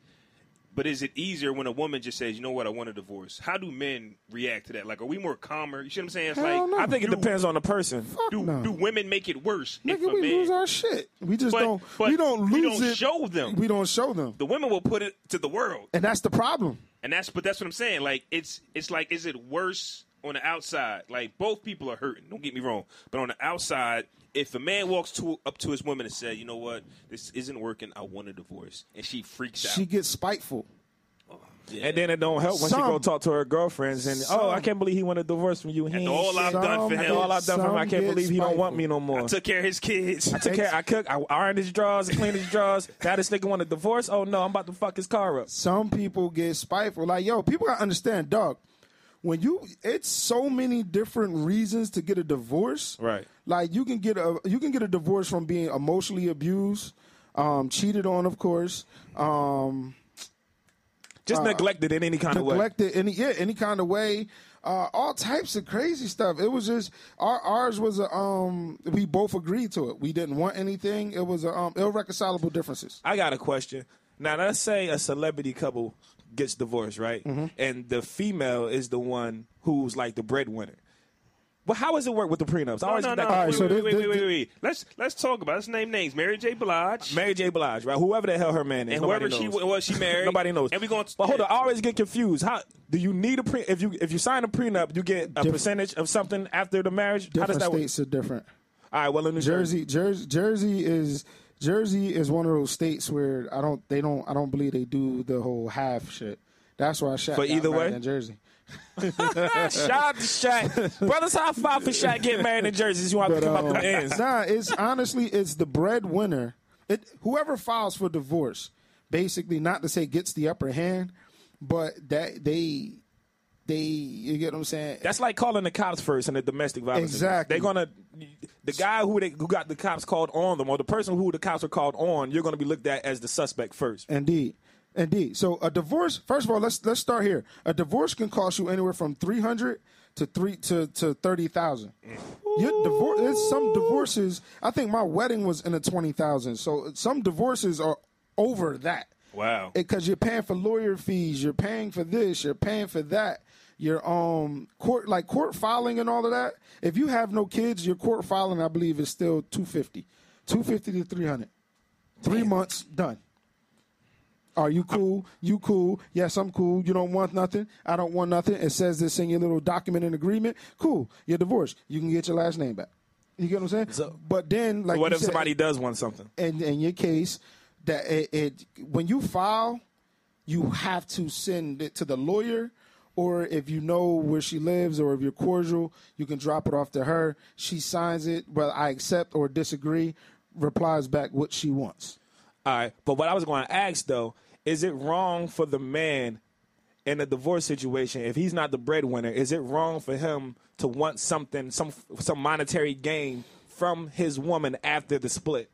but is it easier when a woman just says, "You know what? I want a divorce." How do men react to that? Like, are we more calmer? You see what I'm saying? It's
Hell
like
no.
I think it
do-
depends on the person.
Do,
No.
do women make it worse? if
nigga,
a
we
man-
lose our shit. We just
But-
don't.
but
we don't lose
we don't
it.
show them.
We don't show them,
the women will put it to the world,
and that's the problem.
and that's but that's what I'm saying. Like, it's it's like, is it worse on the outside? Like, both people are hurting. Don't get me wrong, but on the outside, if a man walks to up to his woman and says, "You know what? This isn't working. I want a divorce," and she freaks out.
She gets spiteful.
And then it don't help when she
Some.
go talk to her girlfriends and oh, I
Some.
can't believe he want a divorce from you. He
After
ain't
all I've
Some
done for
get-
him,
after all I've done for him, I
Some
can't
get
believe he don't want
spiteful.
me no more.
I took care of his kids.
I took care. I cook. I ironed his drawers. Cleaned his drawers. Now this nigga want a divorce. Oh no, I'm about to fuck his car up.
some people get spiteful. Like, yo, people gotta understand, dog. When you, it's so many different reasons to get a divorce.
Right.
Like you can get a you can get a divorce from being emotionally abused, um, cheated on, of course, um,
Just neglected in any kind of way.
neglected any yeah any kind of way, uh, all types of crazy stuff. It was just our ours was a um we both agreed to it. We didn't want anything. It was a, um irreconcilable differences.
I got a question. Now let's say a celebrity couple gets divorced, right?
Mm-hmm.
And the female is the one who's like the breadwinner. Well, how does it work with the prenups? I always
No, no,
get that
no.
All right,
wait,
so
wait,
this-
wait,
this-
wait, wait, wait. Let's let's talk about let's name names. Mary J. Blige.
Mary J. Blige, right? Whoever the hell her man is,
And
nobody
whoever she
knows.
wa- was, she married.
Nobody knows.
And we gonna-
But hold on, I always get confused. How do you need a pre? If you if you sign a prenup, you get a percentage of something after the marriage. How does
Different
that
states are different.
work? All right, well in New Jersey,
Jersey, Jersey, Jersey is Jersey is one of those states where I don't they don't I don't believe they do the whole half shit. That's why I shot.
But either way?
in Jersey.
shout out to Shaq. Brothers, high five for Shaq getting married in Jersey. You want to
But,
come
um,
up the ends.
nah, it's honestly it's the breadwinner. It whoever files for divorce, basically, not to say gets the upper hand, but that they they you get what I'm saying.
That's like calling the cops first in the domestic violence.
Exactly.
They're gonna the guy who they who got the cops called on them or the person who the cops are called on, you're gonna be looked at as the suspect first.
Indeed. Indeed. So a divorce, first of all, let's let's start here. A divorce can cost you anywhere from three hundred to three to, to thirty thousand. Your divorce there's some divorces I think my wedding was in the twenty thousand. So some divorces are over that.
Wow.
Because you're paying for lawyer fees, you're paying for this, you're paying for that. Your um court like court filing and all of that. If you have no kids, your court filing I believe is still two fifty. Two fifty to three hundred. Three months done. Are you cool? You cool? Yes, I'm cool. You don't want nothing. I don't want nothing. It says this in your little document and agreement. Cool. You're divorced. You can get your last name back. You get what I'm saying? but then, like,
What
you
if
said,
somebody does want something?
in, in your case that it, it when you file, you have to send it to the lawyer, or if you know where she lives, or if you're cordial, you can drop it off to her. She signs it, whether I accept or disagree, replies back what she wants.
All right. But what I was going to ask though, is it wrong for the man in a divorce situation if he's not the breadwinner? Is it wrong for him to want something, some some monetary gain from his woman after the split?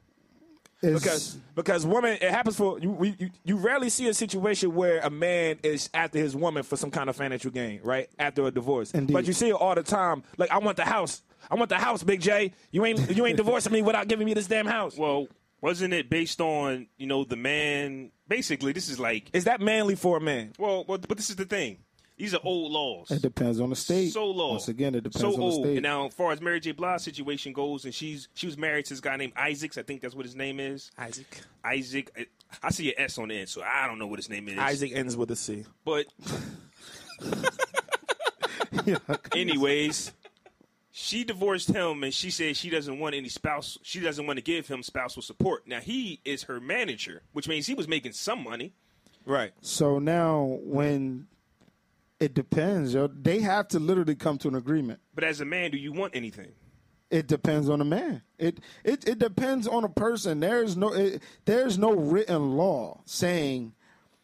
It's-
Because because women, it happens for you. We, you you rarely see a situation where a man is after his woman for some kind of financial gain, right? After a divorce,
Indeed.
but you see it all the time. Like I want the house. I want the house, Big J. You ain't you ain't divorcing me without giving me this damn house.
Well, wasn't it based on you know the man? Basically, this is like
is that manly for a man?
well, well, but this is the thing. These are old laws.
It depends on the state.
So long.
Once again, it depends
so
on the
old.
state.
And now, as far as Mary J. Blige's situation goes, and she's she was married to this guy named Isaacs. I think that's what his name is.
Isaac.
Isaac. I, I see an S on the end, so I don't know what his name is.
Isaac ends with a C.
But anyways, she divorced him and she said she doesn't want any spouse she doesn't want to give him spousal support. Now he is her manager, which means he was making some money.
Right.
So now, when it depends, yo, they have to literally come to an agreement.
But as a man, do you want anything?
It depends on the man. It it it depends on a person. There is no it, there's no written law saying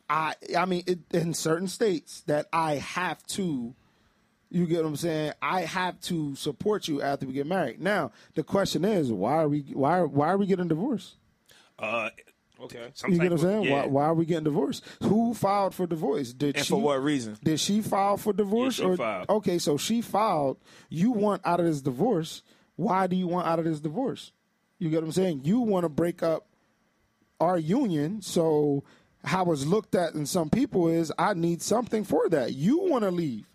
I I mean it, in certain states that I have to. You get what I'm saying? I have to support you after we get married. Now the question is, why are we why why are we getting divorced?
Uh
Okay.
some
You
type
get what I'm
of-
saying?
yeah.
Why, why are we getting divorced? Who filed for divorce? Did
And
she,
for what reason?
Did she file for divorce?
she
or
filed.
okay, so she filed. You want out of this divorce? Why do you want out of this divorce? You get what I'm saying? You want to break up our union. So how it's looked at in some people is, I need something for that. You want to leave.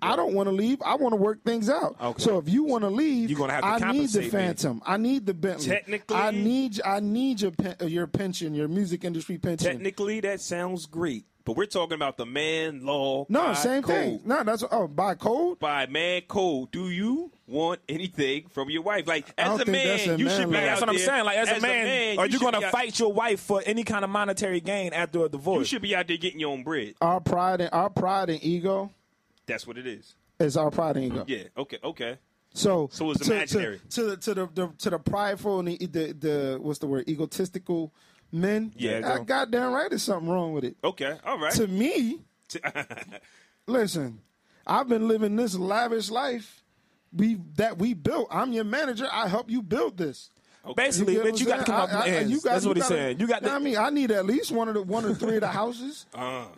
I don't want to leave. I want to work things out.
Okay.
So if you want to leave,
You're gonna have to
I need the
compensate me.
Phantom. I need the Bentley.
Technically-
I need I need your pen, your pension, your music industry pension.
Technically that sounds great. But we're talking about the man law.
no,
by
same thing.
code.
No, that's oh by code.
by man code, do you want anything from your wife? Like as
don't
a
think that's a
man, you
man
should be.
law.
out
That's what I'm
there-
saying. Like, as, a man, are you,
should
going
be
to
out-
fight your wife for any kind of monetary gain after a
You
divorce?
should be out there getting your own bread.
our pride and our pride and ego
That's what it is.
is our pride and ego.
Yeah. Okay. Okay.
So
So it's
to- to-
imaginary.
to, the to the, the to the prideful and the, the the what's the word egotistical men.
Yeah,
I
go.
goddamn right. There's something wrong with it.
Okay. All right.
To me, listen, I've been living this lavish life we that we built. I'm your manager. I help you build this.
Basically,
get
that
what
you
I'm
got to come up
saying?
with
I- I-
ends.
you got-
That's
you
what he's
gotta-
saying. You got
know
to.
what I mean, I need at least one of the one or three of the Uh. houses,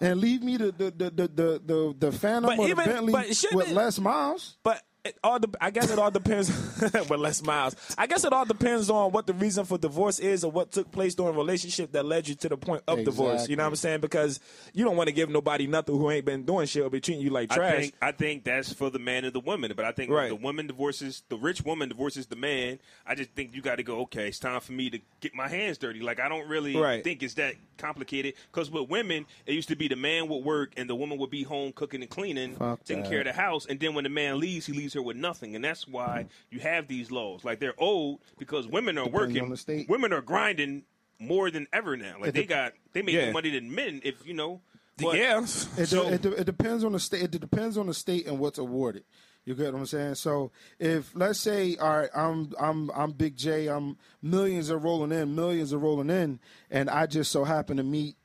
and leave me the the the the the, the, the Phantom
But
or
even-
the Bentley
but shouldn't
with
it-
less miles.
But it all de- I guess it all depends. with less miles, I guess it all depends on what the reason for divorce is, or what took place during a relationship that led you to the point of divorce. You know what I'm saying? Because you don't want to give nobody nothing who ain't been doing shit or be treating you like trash.
I think, I think that's for the man and the woman, but I think
Right.
the woman divorces the rich woman divorces the man. I just think you got to go. Okay, it's time for me to get my hands dirty. Like I don't really
Right.
think it's that complicated because with women, it used to be the man would work and the woman would be home cooking and cleaning,
Fuck
taking
that.
care of the house, and then when the man leaves, he leaves her with nothing, and that's why you have these laws. Like they're old because women are working,
on the state.
women are grinding more than ever now. Like they got they make
yeah.
more money than men. If you know, but-
yeah.
It,
So-
de- it, de- it depends on the state. It depends on the state and what's awarded. You get what I'm saying? So if let's say, all right, I'm I'm I'm Big J. I'm millions are rolling in, millions are rolling in, and I just so happen to meet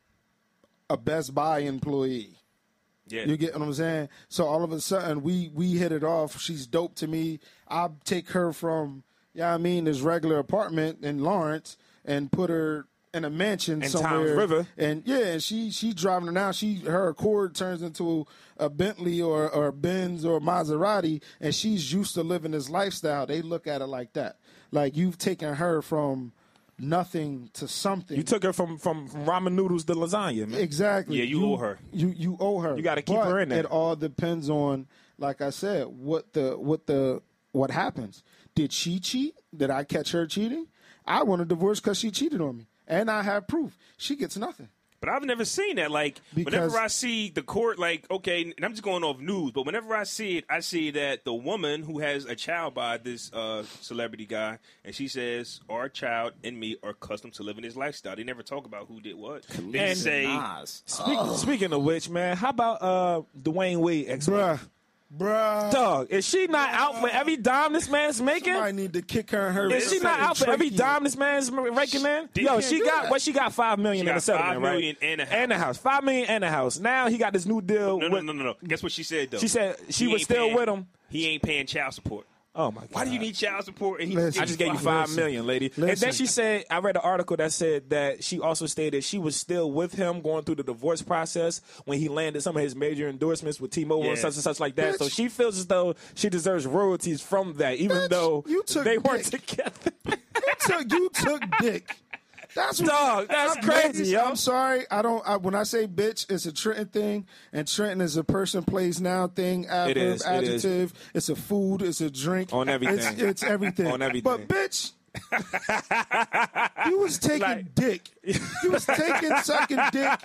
a Best Buy employee.
Yeah.
You get what I'm saying? So all of a sudden we we hit it off. She's dope to me. I take her from yeah, I mean this regular apartment in Lawrence and put her in a mansion
In
somewhere.
Tom's River.
And yeah, and she she driving her now. She her Accord turns into a Bentley or or Benz or Maserati, and she's used to living this lifestyle. They look at it like that, like you've taken her from nothing to something.
You took her from from, from ramen noodles to lasagna, man.
exactly.
Yeah, you owe her.
You you owe her. You
gotta keep her in there.
It all depends on, like I said, what the what the what happens. Did she cheat? Did I catch her cheating? I want a divorce because she cheated on me, and I have proof. She gets nothing.
But I've never seen that. Like
Because-
whenever I see the court, like okay, and I'm just going off news. But whenever I see it, I see that the woman who has a child by this uh, celebrity guy, and she says, "Our child and me are accustomed to living this lifestyle." They never talk about who did what. They say,
Speak, Speaking of which, man, how about uh Dwayne Wade ex
Bruh. Bruh.
Dog, is she not out for every dime this man's making?
I need to kick her in her.
Is she not out for every dime this man's raking in? Yo, she got what? she got five million
She
in a
got
settlement,
five
right?
million and a house.
five million and a house. Now he got this new deal.
"No, no,
with,
no, no, no." Guess what she said though?
She said she
He
was
ain't
still
paying-
with him.
He ain't paying child support.
Oh my god!
Why do you need child support? And he
Listen.
I just gave you five
Listen.
million, lady. And
Listen.
then she said, I read an article that said that she also stated she was still with him going through the divorce process when he landed some of his major endorsements with T-Mobile and
Yeah.
such and such like that. So
Bitch.
she feels as though she deserves royalties from that, even
Bitch,
though
you took
they weren't
dick.
together.
took you took dick. That's what,
Dog, that's
I'm-
crazy, yo.
I'm sorry. I don't. I, when I say bitch, it's a Trenton thing, and Trenton is a person, place, noun, thing, adverb,
is, it is.
adjective. It's a food. It's a drink.
On everything.
It's, it's everything.
On everything.
But bitch, you was taking dick. You was taking sucking dick.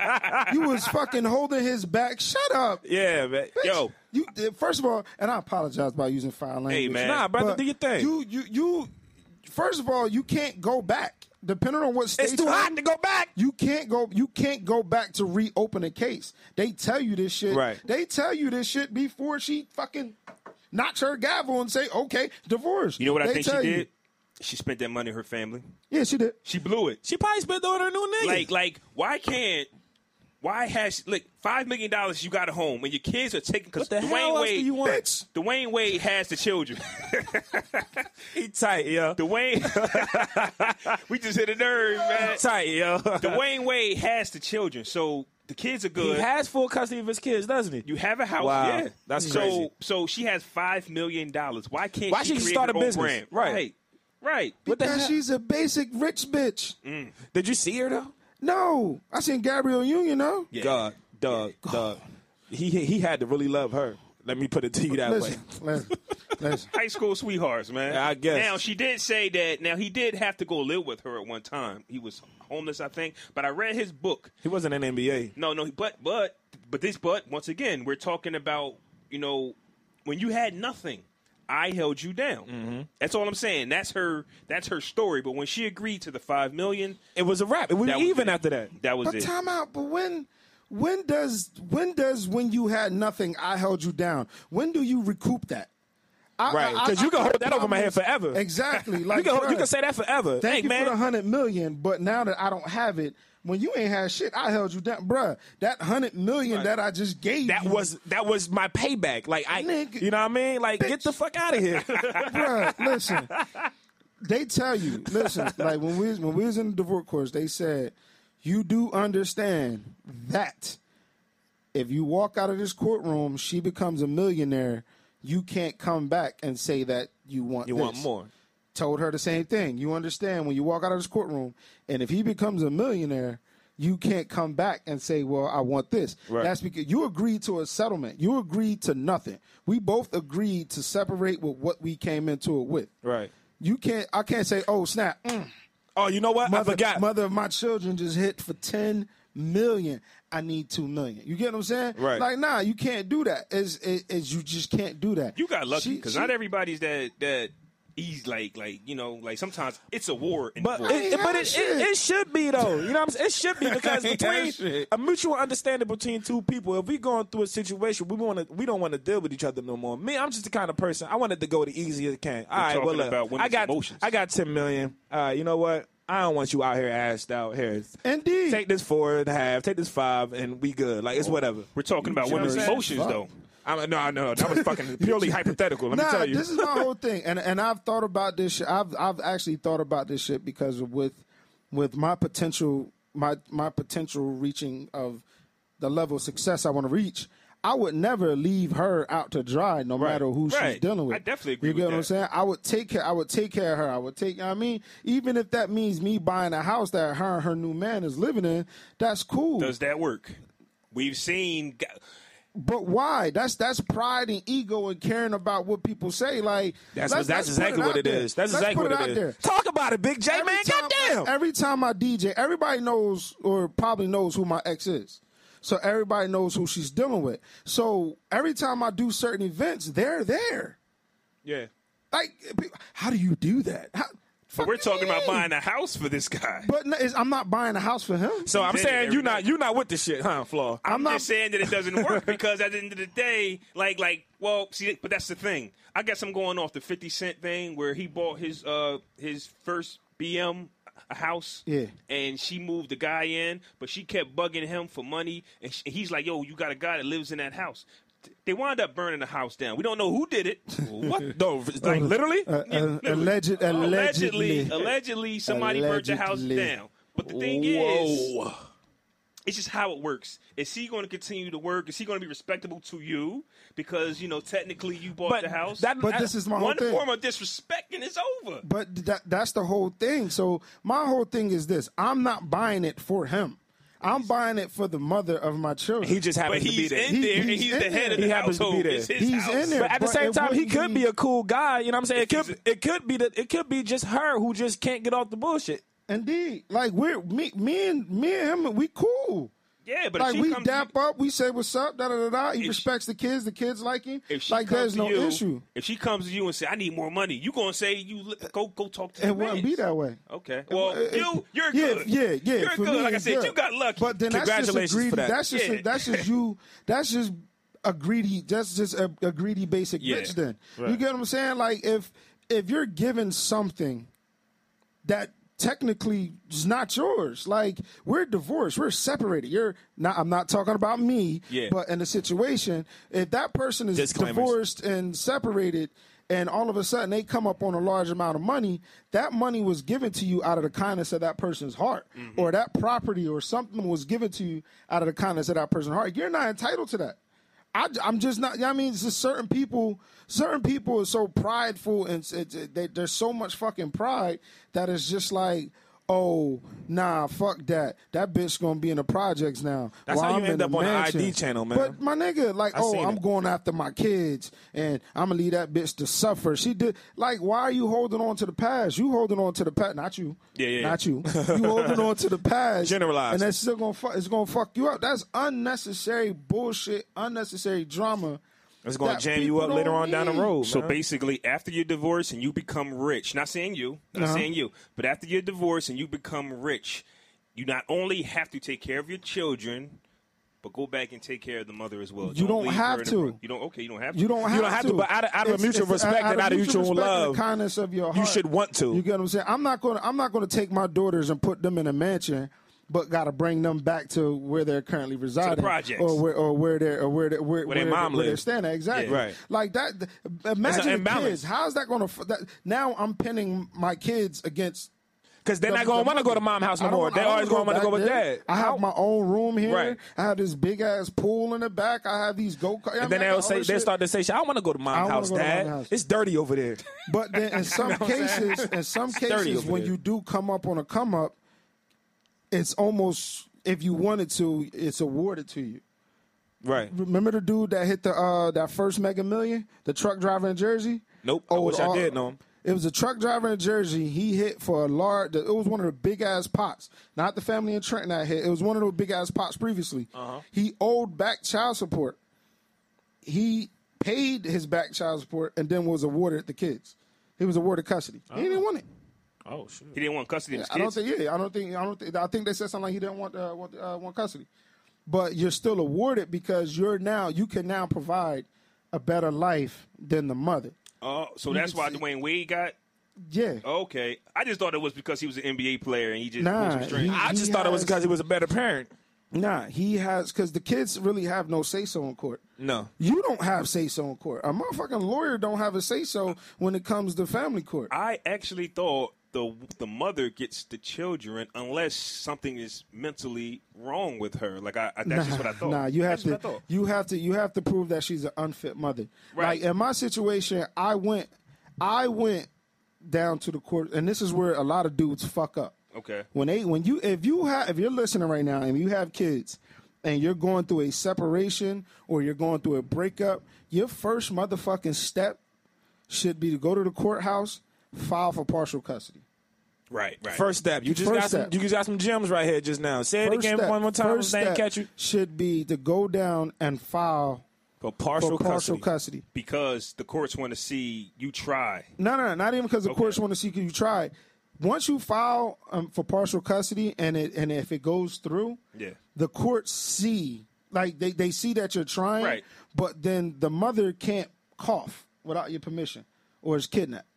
You was fucking holding his back. Shut up.
yeah, man.
Yo.
You did- first of all, and I apologize about using foul language.
man.
Nah, brother,
but
do your thing.
You, you, you. First of all, you can't go back. Depending on what stage
it's too
you're
hot
in,
to go back.
You can't go. You can't go back to reopen a case. They tell you this shit.
Right.
They tell you this shit before she fucking knocks her gavel and say, "Okay, divorce."
You know what I
They
think she
tell
did?
you.
She spent that money on her family.
Yeah, she did.
She blew it.
She probably spent on her new nigga.
Like, like, why can't? Why has like five million dollars? You got a home, and your kids are taken because
what the
Dwayne
hell else
Wade.
do you want?
Bitch.
Dwayne Wade has the children.
He tight, yo.
Dwayne, we just hit a nerve, man.
Tight, yo.
Dwayne Wade has the children, so the kids are
he
good.
has full custody of his kids, doesn't he?
you have a house,
Wow,
yeah.
that's
so.
crazy.
So she has five million dollars. Why can't
Why
she,
she
create
start
her
a
own
business?
brand?
Right.
right, right.
What the
Because
hell?
she's a basic rich bitch.
Mm.
Did you see her though?
No, I seen Gabrielle Union though.
Dog, dog, dog. He he had to really love her. Let me put it to you that way.
Listen, listen, listen.
high school sweethearts, man.
I guess.
Now she did say that. Now he did have to go live with her at one time. He was homeless, I think. But I read his book.
He wasn't in NBA.
No, no, but but but this but once again, we're talking about you know when you had nothing. I held you down.
Mm-hmm.
That's all I'm saying. That's her. That's her story. But when she agreed to the five million,
It was a wrap. We
That
were
was
even
it.
after that.
that was
But
it.
time out. But when, when does when does when you had nothing, I held you down. When do you recoup that? I-
Right,
I-
'cause
I-
you can
I
hold that over my head
promise-
forever.
Exactly. Like
you, can, you
bruh,
can say that forever.
Thank
hey,
you
man.
for the hundred million, but now that I don't have it, when you ain't had shit, I held you down, bruh. That hundred million that I just gave
that
you,
was that was my payback. Like I,
Nigga.
you know what I mean? Like get the fuck out of here.
bruh, listen. They tell you, listen, like when we was- when we was in the divorce course, they said, you do understand that if you walk out of this courtroom, she becomes a millionaire. You can't come back and say that you want
you want
this."
more?
Told her the same thing. You understand when you walk out of this courtroom, and if he becomes a millionaire, you can't come back and say, "Well, I want this." That's because you agreed to a settlement. You agreed to nothing. We both agreed to separate with what we came into it with.
Right.
You can't. I can't say, "Oh, snap." mm,
Oh, you know what?
mother,
I forgot.
mother of my children just hit for 10 million i need 2 million you get what i'm saying
Right.
like nah you can't do that is is you just can't do that
You got lucky
She-
because
she-
not everybody's that that. He's like, like you know, like sometimes it's a war. In
But
divorce.
it, it- but it, it, it should be though. You know what I'm saying? It should be because
ain't had
between
shit.
a mutual understanding between two people, if we going through a situation, we want to we don't want to deal with each other no more. Me, I'm just the kind of person I wanted to go the easiest can. All right,
talking
well look,
about women's
I got
emotions.
I got 10 million. All right, you know what? I don't want you out here assed out here.
Indeed.
Take this four and a half, take this five, and we good. Like it's
Oh.
whatever.
We're talking about women's
Generous.
emotions,
Fuck.
though.
I'm, no, no, that was fucking purely hypothetical. Let me
nah,
tell you.
this is my whole thing, and and I've thought about this. Shit. I've I've actually thought about this shit because of with with my potential my my potential reaching of the level of success I want to reach. I would never leave her out to dry, no matter who she's
Right.
dealing with.
I definitely agree
You get
with
what I'm
that.
saying? I would take care. I would take care of her. I would take. I mean, even if that means me buying a house that her and her new man is living in, that's cool.
Does that work? We've seen. g-
But why? That's that's pride and ego and caring about what people say. Like
that's
let's-
that's
let's put
exactly
it
what
out
it is.
there.
That's
Let's
exactly
put
what
it
it
out
is.
there.
Talk about it, Big J man.
time,
Goddamn.
every time I DJ, everybody knows or probably knows who my ex is. So everybody knows who she's dealing with. So every time I do certain events, they're there.
yeah.
Like, pe- how do you do that? How,
But we're talking about
Fucking-
buying a house for this guy.
But no, it's, I'm not buying a house for him.
So I'm
Did it
saying
every
you not
night.
you not with the shit, huh, Flaw?
I'm
not-
just saying that it doesn't work because at the end of the day, like, like, well, see, but that's the thing. I guess I'm going off the 50 Cent thing where he bought his uh his first BM a house,
Yeah.
and she moved the guy in, but she kept bugging him for money, and sh he's like, "Yo, you got a guy that lives in that house." They wound up burning the house down. We don't know who did it.
what? No, like literally.
Uh, uh, alleged, allegedly,
allegedly, allegedly, somebody burnt the house
Allegedly.
down. But the thing is, it's just how it works. Is he going to continue to work? Is he going to be respectable to you? Because you know, technically, you bought
But
the house.
that-
But this is my whole
one
thing.
form of disrespect, and it's over.
But that, that's the whole thing. So my whole thing is this: I'm not buying it for him. I'm buying it for the mother of my children.
He just
But
happens to be
he's
there.
in
He-
there, and
he's
he's
in
the
there.
head of the
He happens to be
household.
there.
It's his
He's
house.
in there.
But at the
But
same
it
time, he
wouldn't
could
be-
be a cool guy. You know what I'm saying? It could it could be that it could be just her who just can't get off the bullshit.
Indeed, like we're me, me and me and him, we cool.
Yeah, but
like
if she
we
comes to
dap up, we say what's up, da da da da. He
If
respects the kids, the kids like him.
If she
Like
comes
there's
to
no
you,
issue.
If she comes to you and say, "I need more money," you gonna say, "You li- go go talk to."
It
your mans."
wouldn't be that way.
Okay. Well,
It- it-
you you're
yeah,
good.
Yeah, yeah.
You're
for
good.
me,
like I
it's
said,
good.
you got lucky.
But then
Congratulations
that's just a greedy,
for that.
That's just
Yeah.
a, that's just you. That's just a greedy. That's just a, a greedy basic
Yeah.
bitch. Then you get what I'm saying? Like if if you're given something that technically is not yours, like we're divorced, we're separated. You're not. I'm not talking about me.
Yeah.
But in the situation, if that person is
Disclaimers.
divorced and separated and all of a sudden they come up on a large amount of money that money was given to you out of the kindness of that person's heart
Mm-hmm.
or that property or something was given to you out of the kindness of that person's heart you're not entitled to that I, am just not i mean it's just certain people certain people are so prideful and s- it's- it- they, there's so much fucking pride that it's just like Oh nah, fuck that. That bitch gonna be in the projects now.
That's
while
how you
I'm in
end
the
up on the ID
mansion.
channel, man.
But my nigga, like,
I
oh,
seen
I'm
it.
going after my kids and I'm gonna leave that bitch to suffer. She did like why are you holding on to the past? You holding on to the past not you.
Yeah, yeah, yeah.
Not you. You holding on to the past.
Generalized.
And that's still gonna fuck it's gonna fuck you up. That's unnecessary bullshit, unnecessary drama.
It's gonna
that
jam you
people
up later
don't
on down the
need.
road.
So
man.
basically, after you divorce and you become rich, not saying you, not
Uh-huh.
saying you, but after you divorce and you become rich, you not only have to take care of your children, but go back and take care of the mother as well.
You don't
leave
have
her in the
to.
bro- You don't. Okay, you don't have to.
You don't have,
don't have to, but out of- out of a mutual respect and out of mutual
respect and
love,
the kindness of your heart,
should want to.
You get what I'm saying? I'm not gonna I'm not gonna take my daughters and put them in a mansion, but gotta bring them back to where they're currently residing,
projects.
or where or where they're or where they're, where,
their
they're-
mom
where they're
live.
standing exactly.
Yeah. Right.
Like that. th- Imagine the
imbalance.
kids. How's that gonna? f- That, now I'm pinning my kids against
Because they're not gonna want to go to mom's house
I
no
don't
more.
wanna-
They
I don't
always gonna want to go
back
with
there.
dad.
I have my own room here.
Right.
I have this big ass pool in the back. I have these go karts.
And then they'll say they start to say, "Shit, "I want to go to
I
mom's
wanna
house,
go to
dad.
mom's house."
It's dirty over there."
But then in some cases, in some
dirty
cases,
over
when
there.
you do come up on a come up, it's almost if you wanted to, it's awarded to you.
right.
Remember the dude that hit the uh that first Mega Million, the truck driver in Jersey? Oh,
Nope. I wish
it
I
all-
did know him.
It was a truck driver in Jersey. He hit for a large. It was one of the big ass pots, not the family in Trenton that hit. It was one of those big ass pots previously.
Uh-huh.
He owed back child support. He paid his back child support and then was awarded the kids. He was awarded custody. He didn't want it.
Oh shit.
he didn't want custody of his
I don't
kids.
think. Yeah, I don't think. I don't think. I think they said something like he didn't want uh, want, uh, want custody, but you're still awarded because you're now you can now provide a better life than the mother.
Oh, so that's
can
why
see-
Dwayne Wade got
yeah.
Okay, I just thought it was because he was an NBA player and he just
Nah,
pulled some strings.
he-
I just thought it was
has-
because he was a better parent.
Nah, he has because the kids really have no say so in court.
No.
You don't have say so in court. A motherfucking lawyer don't have a say so when it comes to family court.
I actually thought the the mother gets the children unless something is mentally wrong with her. Like I, I that's just what I thought.
Nah, you have
That's what I
to
thought.
you have to you have to prove that she's an unfit mother.
Right.
Like in my situation, I went I went down to the court and this is where a lot of dudes fuck up.
Okay.
When they when you if you have if you're listening right now and you have kids and you're going through a separation or you're going through a breakup, your first motherfucking step should be to go to the courthouse, file for partial custody.
Right, right.
First step. You just
First
got
step.
some. You just got some gems right here just now. Say it again one more time.
first
First
step
catch you
should be to go down and file
for
for
partial,
partial
custody.
custody.
because the courts want to see you try.
No, no, not even because the courts want to see you try. Once you file um, for partial custody and it and if it goes through,
Yeah.
the courts see like they, they see that you're trying,
Right.
but then the mother can't cough without your permission or is kidnapped.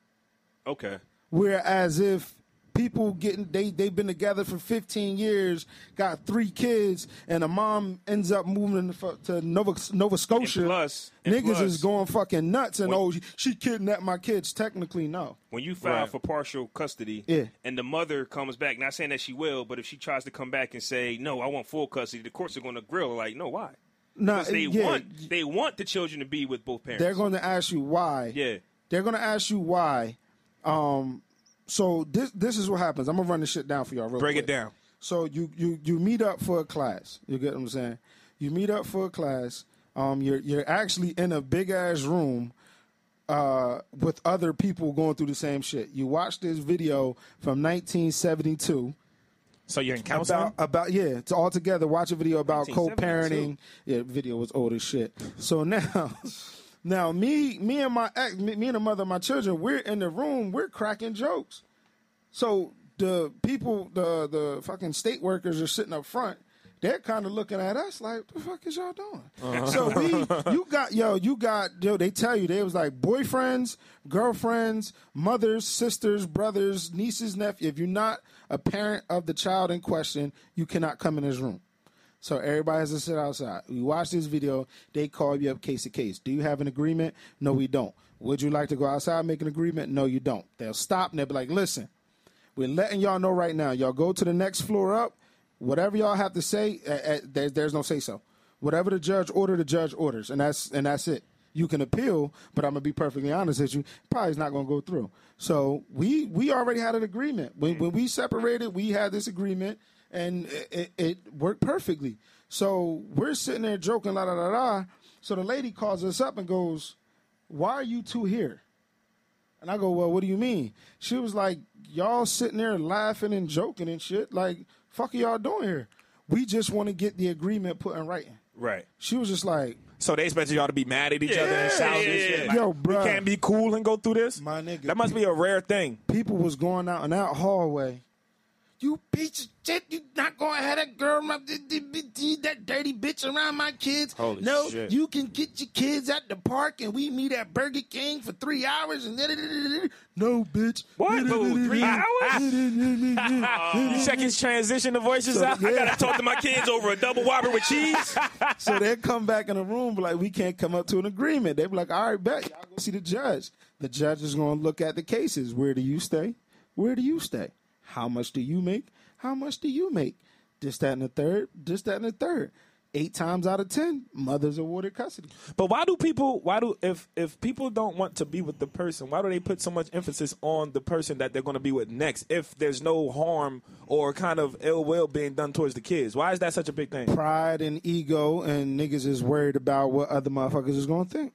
Okay.
Whereas if people getting they they've been together for 15 years, got three kids, and the mom ends up moving to fu- to Nova Nova Scotia,
And plus- and
niggas
plus-
is going fucking nuts. And
When-
oh, she kidnapped my kids. Technically, no.
When you file
Right.
for partial custody
Yeah.
and the mother comes back, not saying that she will, but if she tries to come back and say, No, I want full custody, the courts are gonna grill her, like, no, why?
No,
Because they
Uh, yeah,
want they want the children to be with both parents.
they're going to ask you why.
Yeah.
They're going to ask you why. Um, so this this is what happens. I'm gonna run this shit down for y'all. Real
Break it
quick.
down.
So you you you meet up for a class. You get what I'm saying? You meet up for a class. Um, you're you're actually in a big ass room. Uh, with other people going through the same shit. You watch this video from 1972
So you're in
about uh, about yeah to all together watch a video about
1972.
co-parenting yeah video was old as shit so now now me me and my ex me, me and the mother of my children we're in the room we're cracking jokes so the people the the fucking state workers are sitting up front they're kind of looking at us like the fuck is y'all doing so we you got yo you got yo they tell you they was like boyfriends girlfriends mothers sisters brothers nieces nephews if you're not a parent of the child in question you cannot come in this room so everybody has to sit outside. We watch this video. They call you up case to case. Do you have an agreement? No, we don't. Would you like to go outside and make an agreement? No, you don't. They'll stop and they'll be like, listen, we're letting y'all know right now. Y'all go to the next floor up. Whatever y'all have to say, uh, uh, there, there's no say so. Whatever the judge order, the judge orders, and that's and that's it. You can appeal, but I'm gonna be perfectly honest with you. Probably it's not gonna go through. So we we already had an agreement. When when we separated, we had this agreement, and it, it, it worked perfectly. So we're sitting there joking, la da da da. So the lady calls us up and goes, "Why are you two here?" And I go, well, what do you mean? She was like, y'all sitting there laughing and joking and shit. Like, fuck are y'all doing here? We just want to get the agreement put in writing.
right.
She was just like,
So they expected y'all to be mad at each other and shout
yeah,
and shit.
yeah.
Like,
Yo,
we
bruh.
can't be cool and go through this.
My nigga.
that must be a rare thing.
people was going out in that hallway. You bitch of shit, you not gonna have that girl around- d- d- d- d- that dirty bitch around my kids.
Holy
no,
shit.
you can get your kids at the park and we meet at Burger King for three hours and no bitch.
What?
Boo, three
hours?
You check his transition, the voices out.
yeah.
I got
I talked to my kids over a double whopper with cheese.
So they come back in the room, be like, we can't come up to an agreement. They be like, all right, bet y'all go see the judge. The judge is going to look at the cases. Where do you stay? Where do you stay? How much do you make? How much do you make? This, that, and the third. This, that, and the third. Eight times out of ten, mothers awarded custody.
But why do people? Why do if if people don't want to be with the person? Why do they put so much emphasis on the person that they're going to be with next? If there's no harm or kind of ill will being done towards the kids, why is that such a big thing?
Pride and ego, and niggas is worried about what other motherfuckers is going to think.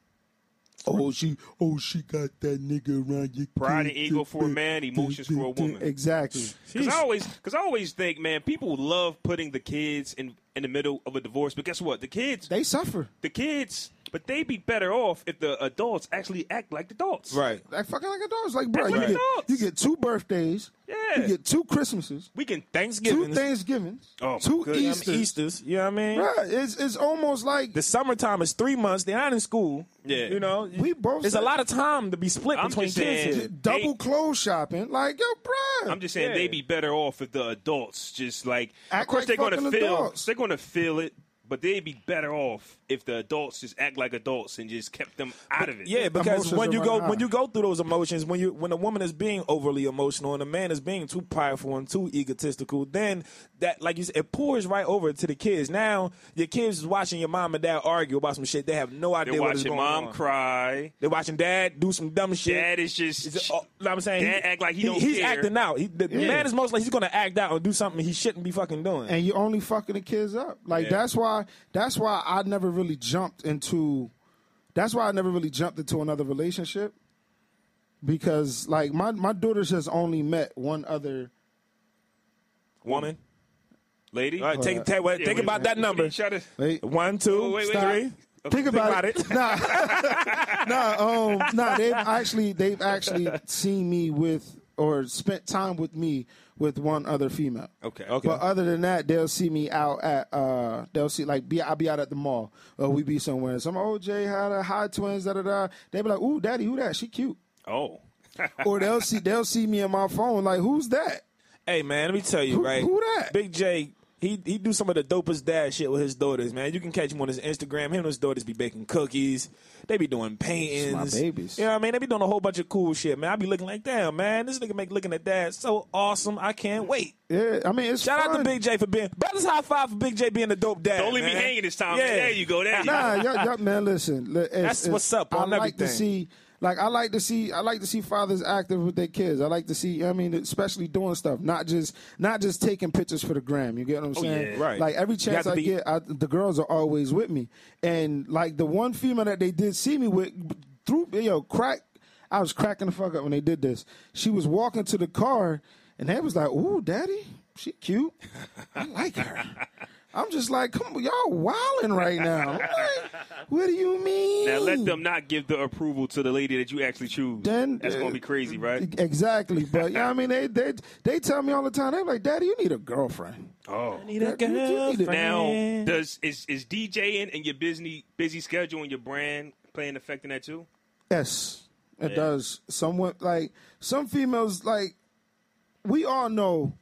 Oh, she, oh, she got that nigga around your
Pride and
kid.
ego for a man, emotions for a woman.
Exactly.
Because I always, because I always think, man, people love putting the kids in in the middle of a divorce. But guess what? The kids,
They suffer.
the kids But they be better off if the adults actually act like adults.
Right.
Like fucking like adults. Like, bro,
Act
you,
like
get,
adults.
you get two birthdays.
Yeah.
You get two Christmases.
We can
Two
Thanksgiving.
Thanksgivings.
Oh, my
two
goodness.
Easters.
Easters.
Easters. You know what I mean?
Bruh, it's it's almost like
The summertime is three months. They're not in school.
Yeah.
You know?
we both.
It's a
said
lot of time to be split
I'm
between
just
kids
saying-
here.
double clothes shopping. Like, yo, bruh.
I'm just saying
Yeah.
they be better off if the adults just like.
Act
of course
like
they're gonna
fucking
feel.
adults.
They're gonna feel it, but they'd be better off if the adults just act like adults and just kept them out of it.
Yeah, because
Emotions
when
are
you go
running
when
high.
you go through those emotions, when you when a woman is being overly emotional and a man is being too prideful and too egotistical, then that like you said, it pours right over to the kids. Now your kids is watching your mom and dad argue about some shit. They have no idea
They're
what is
watching
going
mom
on.
cry.
They're watching dad do some dumb shit.
Dad is just.
Is it- oh, know what I'm saying,
Dad act like he don't
he's
care.
acting out. He, the the man is most likely he's gonna act out and do something he shouldn't be fucking doing.
and you're only fucking the kids up. Like that's why that's why I never really jumped into that's why I never really jumped into another relationship. Because like my, my daughters has only met one other
woman,
lady.
all right, take, take, wait,
Yeah,
think
wait a
about
minute.
that number.
Shut it.
wait,
One, two,
wait, wait,
three.
Think about,
about
it. Nah, nah, um, nah. They've actually, they've actually seen me with or spent time with me with one other female.
Okay.
Okay.
But other than that, they'll see me out at uh, they'll see like be I'll be out at the mall or we be somewhere. and Some oh, OJ had a high twins da da da. They be like, ooh, daddy, who that? She cute.
Oh.
Or they'll see they'll see me on my phone like, who's that?
Hey man, let me tell you,
Who-
right?
who that?
Big J. He he do some of the dopest dad shit with his daughters, man. You can catch him on his Instagram. Him and his daughters be baking cookies. They be doing paintings.
It's my babies.
You know what I mean? They be doing a whole bunch of cool shit, man. I be looking like, damn, man, this nigga make looking at dad so awesome. I can't wait.
Yeah, I mean, it's
Shout out to
fun.
Big J for being brothers. High five for Big J being a dope dad.
Don't leave
man.
me hanging this time. man. There you go. There you go.
Nah, y'all, y'all, man, listen. li- it's-
That's
it's-
what's up
I
on
like to
everything.
see, like, I like to see, I like to see fathers active with their kids. I like to see, I mean, especially doing stuff, not just, not just taking pictures for the gram. You get what I'm saying?
yeah.
Oh, Right.
Like every
You have
chance
to
I
be-
get, I, the girls are always with me, and like the one female that they did see me with, through yo crack, I was cracking the fuck up when they did this. She was walking to the car, and they was like, "Ooh, daddy, she cute. I like her." I'm just like, come on, y'all wilding right now. I'm like, what do you mean?
Now let them not give the approval to the lady that you actually choose.
Then,
That's gonna
uh,
be crazy, right?
Exactly, but yeah, I mean, they they they tell me all the time. They're like, "Daddy, you need a girlfriend."
Oh.
Need a
You- you need
girlfriend.
it.
Now, does is is DJing and your busy busy schedule and your brand play an effect in that too?
Yes, it does. Somewhat like some females like we all know,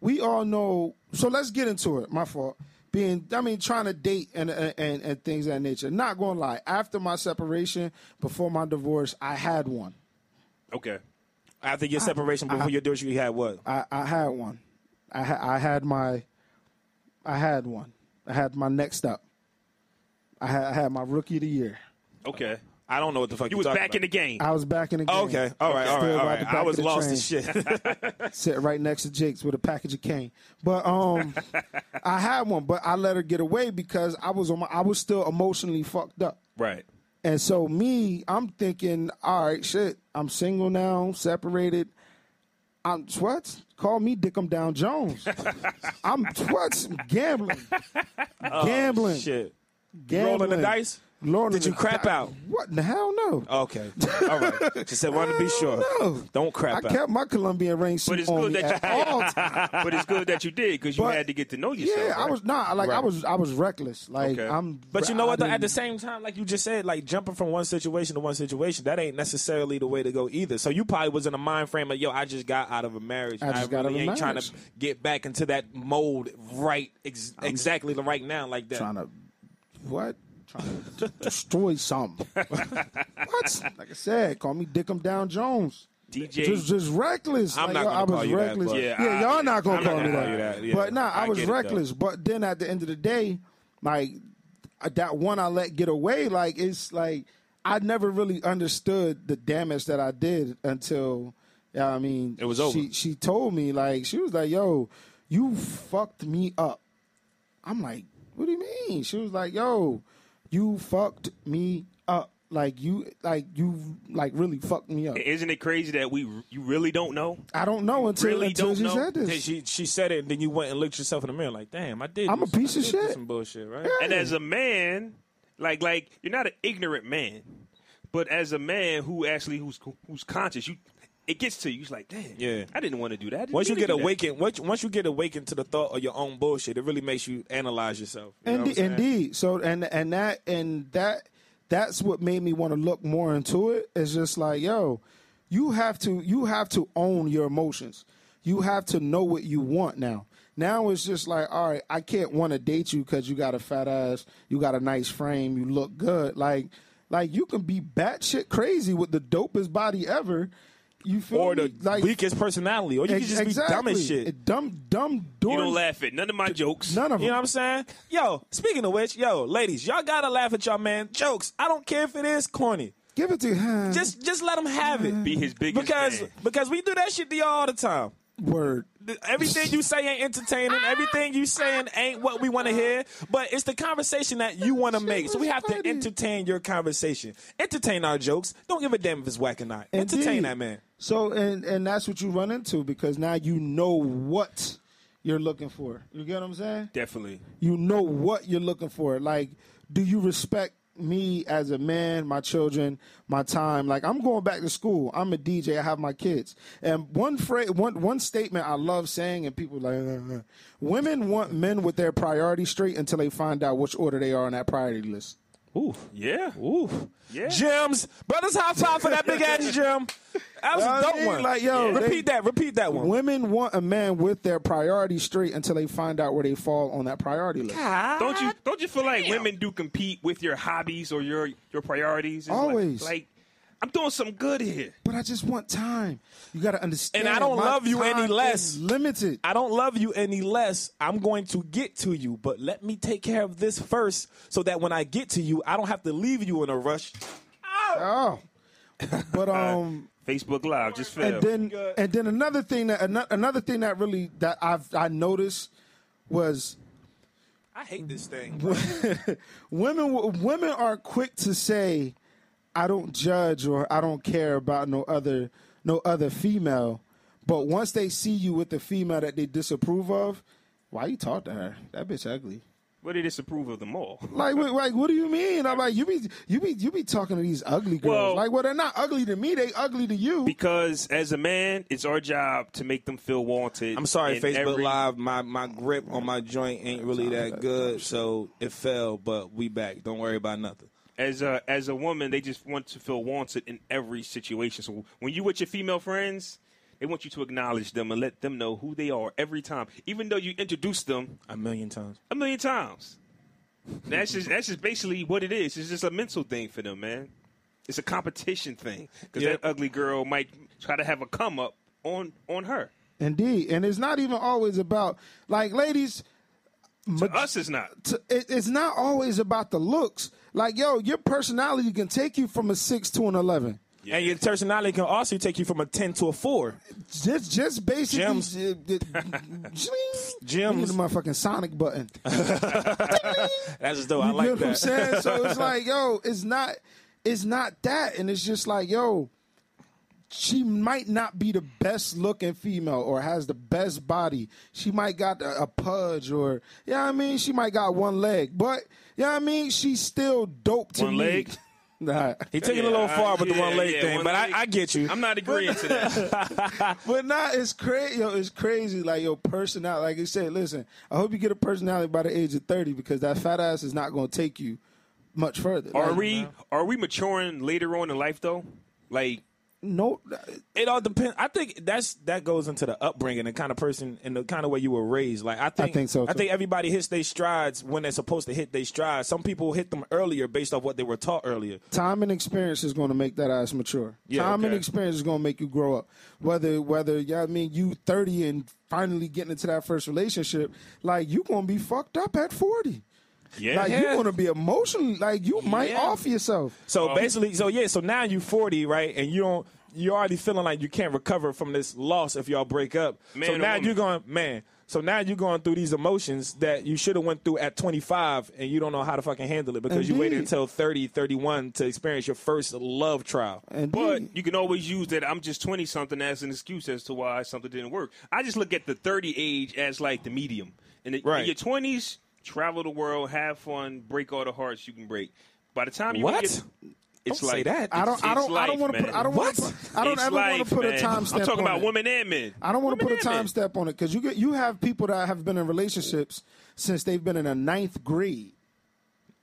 we all know. So let's get into it. My fault. Being, I mean, trying to date and and and things of that nature. Not gonna lie. After my separation, before my divorce, I had one.
Okay.
After your separation, before your divorce, you had what?
I, I had one. I ha- I had my, I had one. I had my next up. I had, I had my rookie of the year.
Okay.
I don't know what the fuck
You
you
was
talking
back in the
about.
game.
I was back in the game.
Okay, all right, all right,
Still
all
about the
right.
back
I
of
was
the
lost
train.
as shit.
sitting right next to Jake's with a package of cane. But um, I had one, but I let her get away because I was on my, I was still emotionally fucked up.
Right.
And so me, I'm thinking, all right, shit, I'm single now, separated. I'm what? Call me Dickum Down Jones. I'm what? Gambling, gambling,
Oh, shit.
gambling.
Rolling the dice?
Rolling
Did you
the
crap out?
What? the Hell no.
Okay. All right. She said, want to be sure.
No.
Don't crap
I
out.
kept my Colombian ring
But
suit
it's
on
good
me
that
at
you
all
did. but it's good that you did because you
But-
had to get to know yourself.
Yeah, I
right?
was nah, like I
Right.
was I was reckless. Like
Okay.
I'm
But you know what? Though,
I
at the
didn't-
same time, like you just said, like jumping from one situation to one situation, that ain't necessarily the way to go either. So you probably was in a mind frame of, yo, I just got out of a marriage.
I just
really
got out of a
ain't trying to
marriage.
get back into that mold right, ex- exactly right now, like that.
trying to what? Trying to d- destroy something. what? Like I said, call me Dickum Down Jones.
DJ.
Just just reckless.
I'm not
Like, yo,
gonna
I was
call you that,
reckless.
but-
Yeah, I-
y'all not gonna
I'm not
call
gonna
me
call
that.
you
that, yeah.
But nah, I,
I
was
get it, though.
reckless. but then at the end of the day, like I- that one I let get away, like it's like I never really understood the damage that I did until yeah, I mean
It was over.
She she told me like she was like, "Yo, you fucked me up." I'm like, "What do you mean?" She was like, "Yo, you fucked me up." Like you, like you, like really fucked me up.
isn't it crazy that we you really don't know?
I don't know until,
really
until
don't
she
know?
said
Then
this.
she she said it, and then you went and looked yourself in the mirror, like, damn, I did.
I'm
do
a piece
some- I
of
did do
shit.
Some bullshit, right?
And as a man, Like like you're not an ignorant man, but as a man who actually who's who's conscious, you it gets to you. It's like, damn,
Yeah.
I didn't want to do that. I didn't
Once you
mean to
get
do that.
awakened, once, once you get awakened to the thought of your own bullshit, it really makes you analyze yourself. You know what I'm
Indeed,
saying?
indeed. So and and that and that that's what made me want to look more into it. It's just like, yo, you have to you have to own your emotions. You have to know what you want now. Now it's just like, all right, I can't want to date you because you got a fat ass, you got a nice frame, you look good. Like, like you can be batshit crazy with the dopest body ever. You feel
Or the
me? like
weakest personality, or you
ex-
can just be dumb as
exactly.
shit.
Dumb, dumb,
You
dorm,
don't laugh at none of my jokes.
none of
You know what
them.
I'm saying? Yo, speaking of which, yo, ladies, y'all gotta laugh at y'all man jokes. I don't care if it is corny.
Give it to him.
Just just let him have it.
Be his biggest
because
fan.
because we do that shit to y'all all the time.
word.
Th- Everything you say ain't entertaining. Everything you saying ain't what we want to hear. But it's the conversation that you want to make. So we have to
funny.
entertain your conversation. Entertain our jokes. Don't give a damn if it's whack or not. Entertain
Indeed.
that man.
So and and that's what you run into because now you know what you're looking for. You get what I'm saying?
Definitely.
You know what you're looking for. Like, do you respect me as a man, my children, my time? Like, I'm going back to school. I'm a DJ. I have my kids. And one phrase, one one statement I love saying, and people like, "Uh, uh, uh." women want men with their priorities straight until they find out which order they are on that priority list.
Ooh,
Yeah.
ooh,
Yeah.
Gems, brothers, high five for that big ass gem. That was
I
a dope
mean,
one.
like, yo, they-
repeat that. Repeat that one.
Women want a man with their priorities straight until they find out where they fall on that priority list.
Don't you don't you feel like women do compete with your hobbies or your your priorities? It's like-
Always.
Like, I'm doing something good here.
But I just want time. You got to understand.
And I don't
my
love you any
time
less.
is Limited.
I don't love you any less. I'm going to get to you, but let me take care of this first so that when I get to you, I don't have to leave you in a rush.
Oh. But um,
Facebook Live just failed.
and then and then another thing that ano- another thing that really that I've I noticed was
I hate this thing.
women women are quick to say I don't judge or I don't care about no other no other female. But once they see you with the female that they disapprove of, why you talk to her? That bitch ugly.
what do you disapprove of them all?
Like, what, like, what do you mean? I'm like, you be, you be, you be talking to these ugly girls.
Well-
like, well, they're not ugly to me. They ugly to you.
Because as a man, it's our job to make them feel wanted.
I'm sorry,
in
Facebook
every-
Live. My my grip on my joint ain't really that good, so it fell. But we back. Don't worry about nothing.
As a as a woman, they just want to feel wanted in every situation. So when you with your female friends, they want you to acknowledge them and let them know who they are every time, even though you introduce them
A million times.
a million times. That's just that's just basically what it is. It's just a mental thing for them, man. It's a competition thing because
Yep.
that ugly girl might try to have a come up on on her.
Indeed, and it's not even always about like ladies.
To us, it's not.
t- it- it's not always about the looks. Like, yo, your personality can take you from a six to an eleven.
And your personality can also take you from a ten to a four.
Just, just basically,
Gems.
uh, uh, zing.
Gems.
You need the motherfucking Sonic button.
That's just dope. I
you
like
know what I'm
that.
saying? So it's like, yo, it's not, it's not that, and it's just like, yo, she might not be the best looking female or has the best body. She might got a, a pudge or, yeah, I mean, she might got one leg, but yeah, I mean, she's still dope to
One
me.
leg?
Nah.
He took it a little
Yeah,
far with the
yeah,
one leg
yeah,
thing,
one
but
leg.
I, I get you.
I'm not agreeing to that.
But not it's crazy. Yo, it's crazy. Like your personality. Like you said, listen. I hope you get a personality by the age of thirty because that fat ass is not going to take you much further.
Are
Like,
we are we maturing later on in life though? Like
No.
it all depends. I think that's that goes into the upbringing, the kind of person, and the kind of way you were raised. Like I think,
think so,
I
too.
think everybody hits their strides when they're supposed to hit their strides. Some people hit them earlier based off what they were taught earlier.
Time and experience is going to make that ass mature. Time and
okay.
experience is going to make you grow up. Whether whether yeah, I mean you thirty and finally getting into that first relationship, like you going to be fucked up at forty.
yeah,
Like you're going to be emotionally. Like you might
Yeah.
off yourself.
So basically, so yeah, so now you're 40, right? And you don't, you're already feeling like you can't recover from this loss if y'all break up.
Man
so
or
now
woman?
you're going, man. So now you're going through these emotions that you should have went through at 25, and you don't know how to fucking handle it because you waited
Indeed.
until 30, 31 to experience your first love trial.
And
But you can always use that I'm just 20 something as an excuse as to why something didn't work. I just look at the 30 age as like the medium. And the,
Right.
in your 20s, travel the world, have fun, break all the hearts you can break. By the time you
What?
get, it's
Don't
like
say that.
I don't.
It's-
I
it's
don't. I don't
life,
want to put.
man.
I don't want
What?
to. I don't
it's
ever
life,
want to put a
man.
time step.
I'm talking
on
about
it.
women and men.
I don't want to
Women
put a
and men.
time step on it because you get you have people that have been in relationships since they've been in a ninth grade,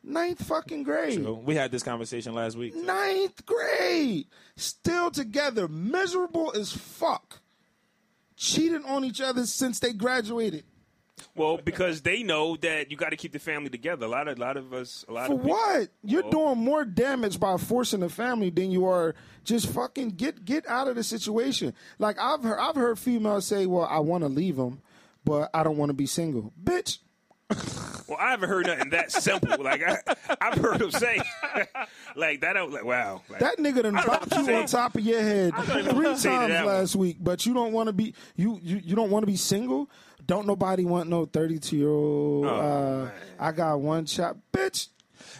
ninth fucking grade,
We had this conversation last week.
ninth grade, still together, miserable as fuck, cheating on each other since they graduated.
Well, because they know that you got to keep the family together. A lot of, a lot of us, a lot
For
of people-
what? You're doing more damage by forcing a family than you are just fucking get get out of the situation. Like I've heard, I've heard females say, "Well, I want to leave him, but I don't want to be single." Bitch,
Well, I haven't heard nothing that simple. Like I, I've heard them say, like that. Out, like wow. Like,
that nigga done
I don't
dropped you
say-
on top of your head
don't even
three
wanna
times
say to that
last week, but you don't want to be you you, you don't want to be single. Don't nobody want no thirty two year
Oh,
old. uh, I got one child, bitch.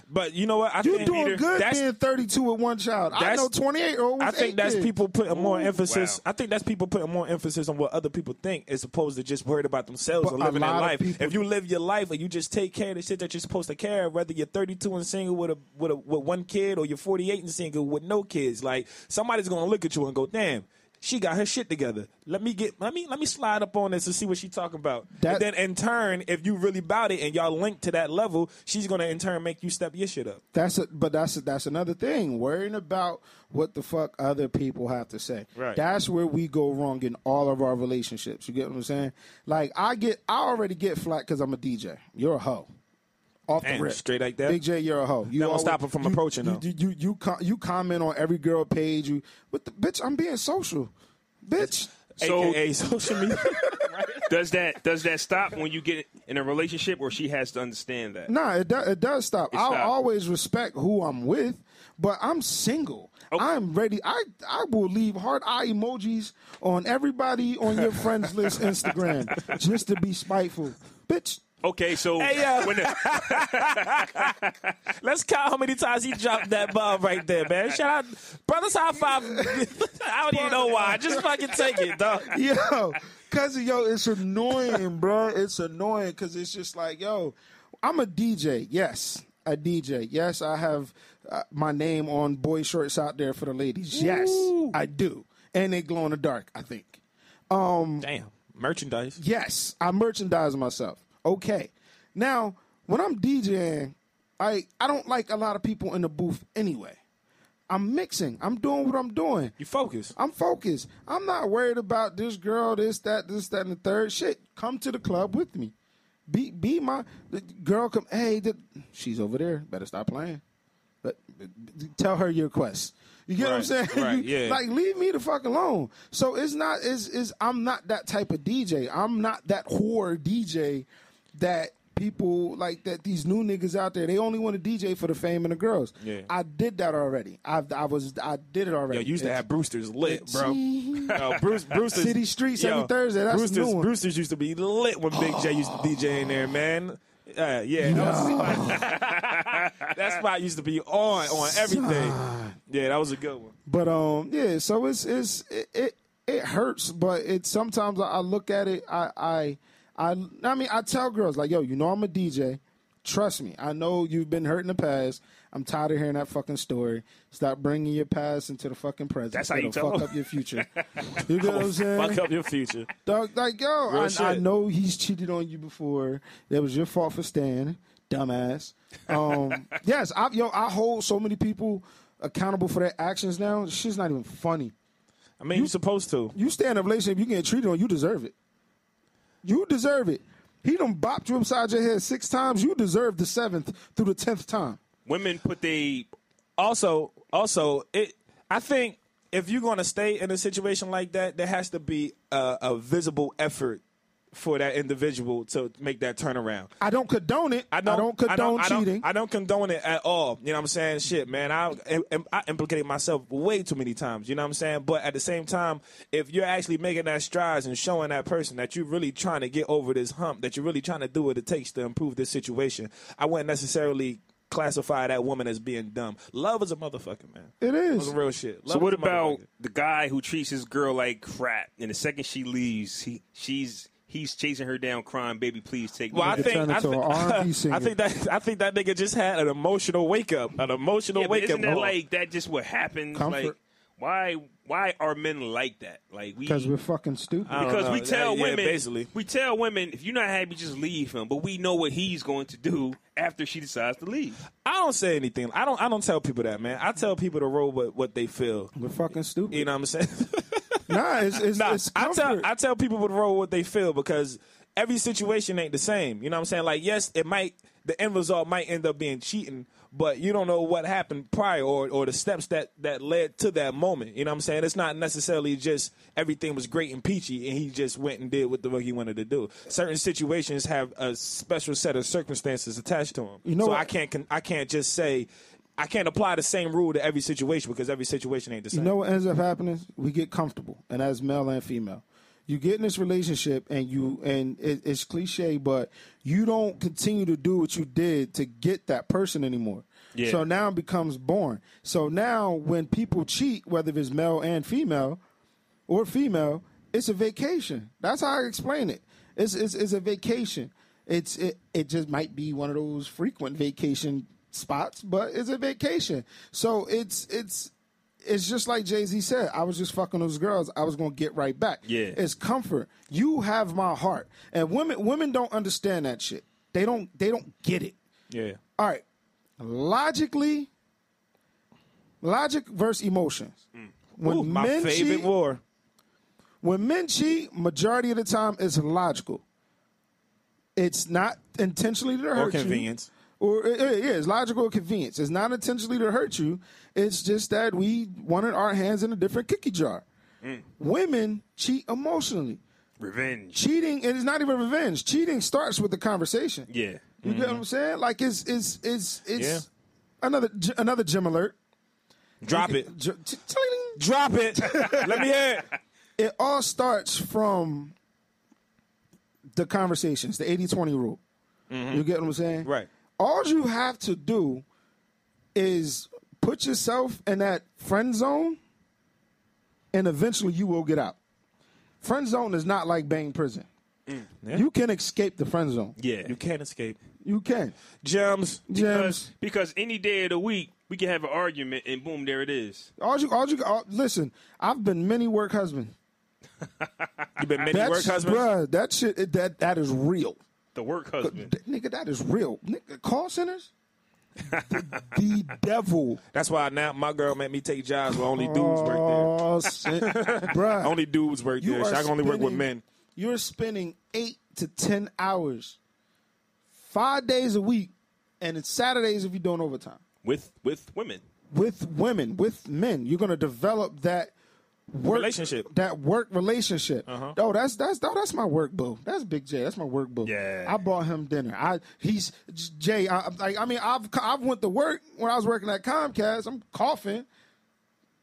But you know what? I
You
think
doing
Peter,
good
that's
being thirty two with one child. I
that's-
know twenty eight year old.
I think that's people putting more
Ooh,
emphasis.
wow.
I think that's people putting more emphasis on what other people think, as opposed to just worried about themselves
But
or
a
living their
lot of
life.
people-
if you live your life or you just take care of the shit that you're supposed to care of, whether you're 32 and single with a with a with one kid or you're 48 and single with no kids, like somebody's gonna look at you and go, "Damn, she got her shit together." Let me get let me let me slide up on this and see what she talking about.
That-
and then in turn, if you really about it and y'all linked to that level, she's gonna in turn make you step your shit up.
That's a, but that's that's another thing. Worrying about what the fuck other people have to say.
Right.
That's where we go wrong in all of our relationships. You get what I'm saying? Like I get, I already get flack because I'm a DJ. You're a hoe. Off
Damn,
the rip,
straight like that?
Big J, you're a hoe. You
That won't stop 'em from
you-
approaching,
You
though.
you you, you, co- you comment on every girl page. You, but the bitch, I'm being social, bitch.
So-
AKA social media.
does that does that stop when you get in a relationship, or she has to understand that?
Nah, it, do, it does stop. I'll
stopped.
always respect who I'm with, but I'm single. I'm ready. I, I will leave hard eye emojis on everybody on your friends list Instagram just to be spiteful. Bitch,
Okay, so
Hey, yo.
when the,
Let's count how many times he dropped that bomb right there, man. Shout out, brothers, high five. I don't even know why. Just fucking take it, dog.
yo, cousin, yo, it's annoying, bro. It's annoying because it's just like, yo, I'm a DJ. Yes, a DJ. Yes, I have uh, my name on boy shorts out there for the ladies. Yes, I do. And they glow in the dark, I think.
Damn, merchandise.
Yes, I merchandise myself. Okay. Now, when I'm DJing, I I don't like a lot of people in the booth anyway. I'm mixing. I'm doing what I'm doing.
You focus.
I'm focused. I'm not worried about this girl, this, that, this, that, and the third. Shit, come to the club with me. Be be my the girl. Come, hey, the, she's over there. Better stop playing. But, but- but tell her your quest. You get what I'm saying?
Right, right,
You-
yeah.
Like leave me the fuck alone. So it's not is is I'm not that type of DJ. I'm not that whore DJ that people like that these new niggas out there they only want to DJ for the fame and the girls.
Yeah.
I did that already. I I was I did it already.
Yo, you used to
It's-
have Brewster's lit, bro.
Mm-hmm.
Yo, Bruce, Brewster's
City Streets every
yo,
Thursday. That's the
Brewster's,
new one.
Brewster's used to be lit when Big J used to DJ in there, man. Uh, yeah, that, was, that spot used to be on on everything. Yeah, that was a good one.
But um, yeah. So it's it's it it, it hurts, but it sometimes I, I look at it. I I I I mean I tell girls like, yo, you know I'm a DJ. Trust me, I know you've been hurt in the past. I'm tired of hearing that fucking story. Stop bringing your past into the fucking present.
That's how you
It'll
tell
fuck
them.
up your future. You get what I'm saying?
Fuck up your future.
Dog, like yo,
Real
I, I
shit.
know he's cheated on you before. That was your fault for staying, dumbass. Um, yes, I, yo, I hold so many people accountable for their actions now. Shit's not even funny.
I mean, you're supposed to.
You stay in a relationship, you get treated on, you deserve it. You deserve it. He done bopped you upside your head six times. You deserve the seventh through the tenth time.
women put they
also also it i think if you're going to stay in a situation like that there has to be a, a visible effort for that individual to make that turnaround
I don't condone it. I don't, condone
I don't-
cheating.
I don't condone it at all. You know what I'm saying? Shit, man. I, I, I implicated myself way too many times. You know what I'm saying? But at the same time, if you're actually making that strides and showing that person that you're really trying to get over this hump, that you're really trying to do what it takes to improve this situation, I wouldn't necessarily classify that woman as being dumb. Love is a motherfucker, man.
it is.
Some real shit. Love
So
is
what
a
about
motherfucker.
the guy who treats his girl like crap, and the second she leaves, he she's He's chasing her down, crying, "Baby, please take me."
Well, I
Nigga
think
turned
I
into
think,
an R&B singer.
I think that I think that nigga just had an emotional wake up, an emotional
Yeah, but
wake
isn't
up.
that
call.
like that? Just what happens?
Comfort.
Like, why? Why are men like that? Like we
because we're fucking stupid.
don't
because
know.
we
Yeah,
tell
yeah,
women
basically.
we tell women if you're not happy, just leave him. But we know what he's going to do after she decides to leave.
I don't say anything. I don't. I don't tell people that, man. I tell people to roll with what they feel.
we're fucking stupid.
You know what I'm saying?
nah, it's it's,
Nah,
it's
I
comfort.
tell I tell people to roll what they feel because every situation ain't the same. You know what I'm saying? Like, yes, it might the end result might end up being cheating, but you don't know what happened prior or, or the steps that that led to that moment. You know what I'm saying? It's not necessarily just everything was great and peachy and he just went and did what the fuck he wanted to do. Certain situations have a special set of circumstances attached to them.
You know
so
what-
I can't con- I can't just say I can't apply the same rule to every situation because every situation ain't the same.
You know what ends up happening? We get comfortable, and as male and female, you get in this relationship, and you and it, it's cliche, but you don't continue to do what you did to get that person anymore. So now it becomes boring. So now when people cheat, whether if it's male and female, or female, it's a vacation. That's how I explain it. It's it's, it's a vacation. It's it, it just might be one of those frequent vacation spots, but it's a vacation. So it's it's it's just like Jay Z said. I was just fucking those girls. I was gonna get right back.
Yeah.
it's comfort. You have my heart, and women women don't understand that shit. They don't they don't get it.
Yeah.
All right. Logically, logic versus emotions. When
Mm. Ooh, my
men
favorite
cheat-
war.
when men cheat, majority of the time it's logical. It's not intentionally to hurt
convenience.
you. Or yeah, yeah, it's logical convenience. It's not intentionally to hurt you. It's just that we wanted our hands in a different cookie jar.
Mm.
Women cheat emotionally.
Revenge.
Cheating, and it's not even revenge. Cheating starts with the conversation.
Yeah.
You get what I'm saying? Like it's it's it's it's
Yeah.
another j- another gym alert.
Drop it.
J- t- tling.
Drop it. Let me hear it.
it all starts from the conversations, the 80 20 rule. You get what I'm saying?
Right.
All you have to do is put yourself in that friend zone, and eventually you will get out. Friend zone is not like Bang Prison. You can escape the friend zone.
Yeah.
You can't escape.
You can.
Gems.
Gems.
Because, because any day of the week we can have an argument and boom, there it is.
All you, all you, all, listen. I've been many work husband.
You been many
That's,
work husband.
bruh, that shit. it- That that is real,
The work husband.
Th- nigga. That is real. Nigga, call centers, the, the devil.
That's why now my girl made me take jobs where only dudes work
Oh shit, bruh.
there. Only dudes work
you
there. So
are
I can only work with
spending-
men.
You're spending eight to ten hours, five days a week, and it's Saturdays if you're doing overtime
with with women.
with women, with men. You're gonna develop that work
Relationship.
that work relationship. Oh, that's that's oh, that's my work boo. That's Big J. That's my work boo.
Yeah.
I bought him dinner. I he's Jay. I, like I mean, I've I've went to work when I was working at Comcast. I'm coughing.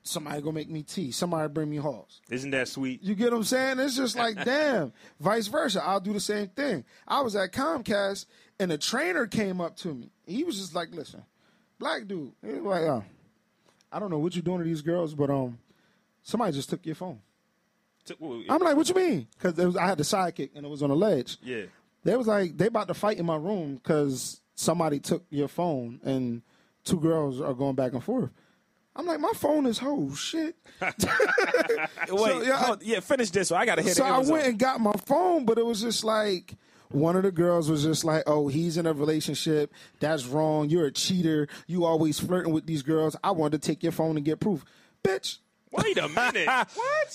Somebody go make me tea. Somebody bring me halls.
Isn't that sweet?
You get what I'm saying? It's just like, damn, vice versa. I'll do the same thing. I was at Comcast and a trainer came up to me. He was just like, listen, black dude. He was like, oh, I don't know what you're doing to these girls, but um, somebody just took your phone.
T- well,
I'm like, what you mean? Because I had the sidekick and it was on a ledge.
yeah.
They was like, they about to fight in my room because somebody took your phone and two girls are going back and forth. I'm like, my phone is whole shit.
Wait,
yeah, I-
hold- yeah, finish this. So I gotta hit
so
it.
I went and got my phone, but it was just like one of the girls was just like, "Oh, he's in a relationship. That's wrong. You're a cheater. You always flirting with these girls. I wanted to take your phone and get proof, bitch."
Wait a minute.
what? Ah,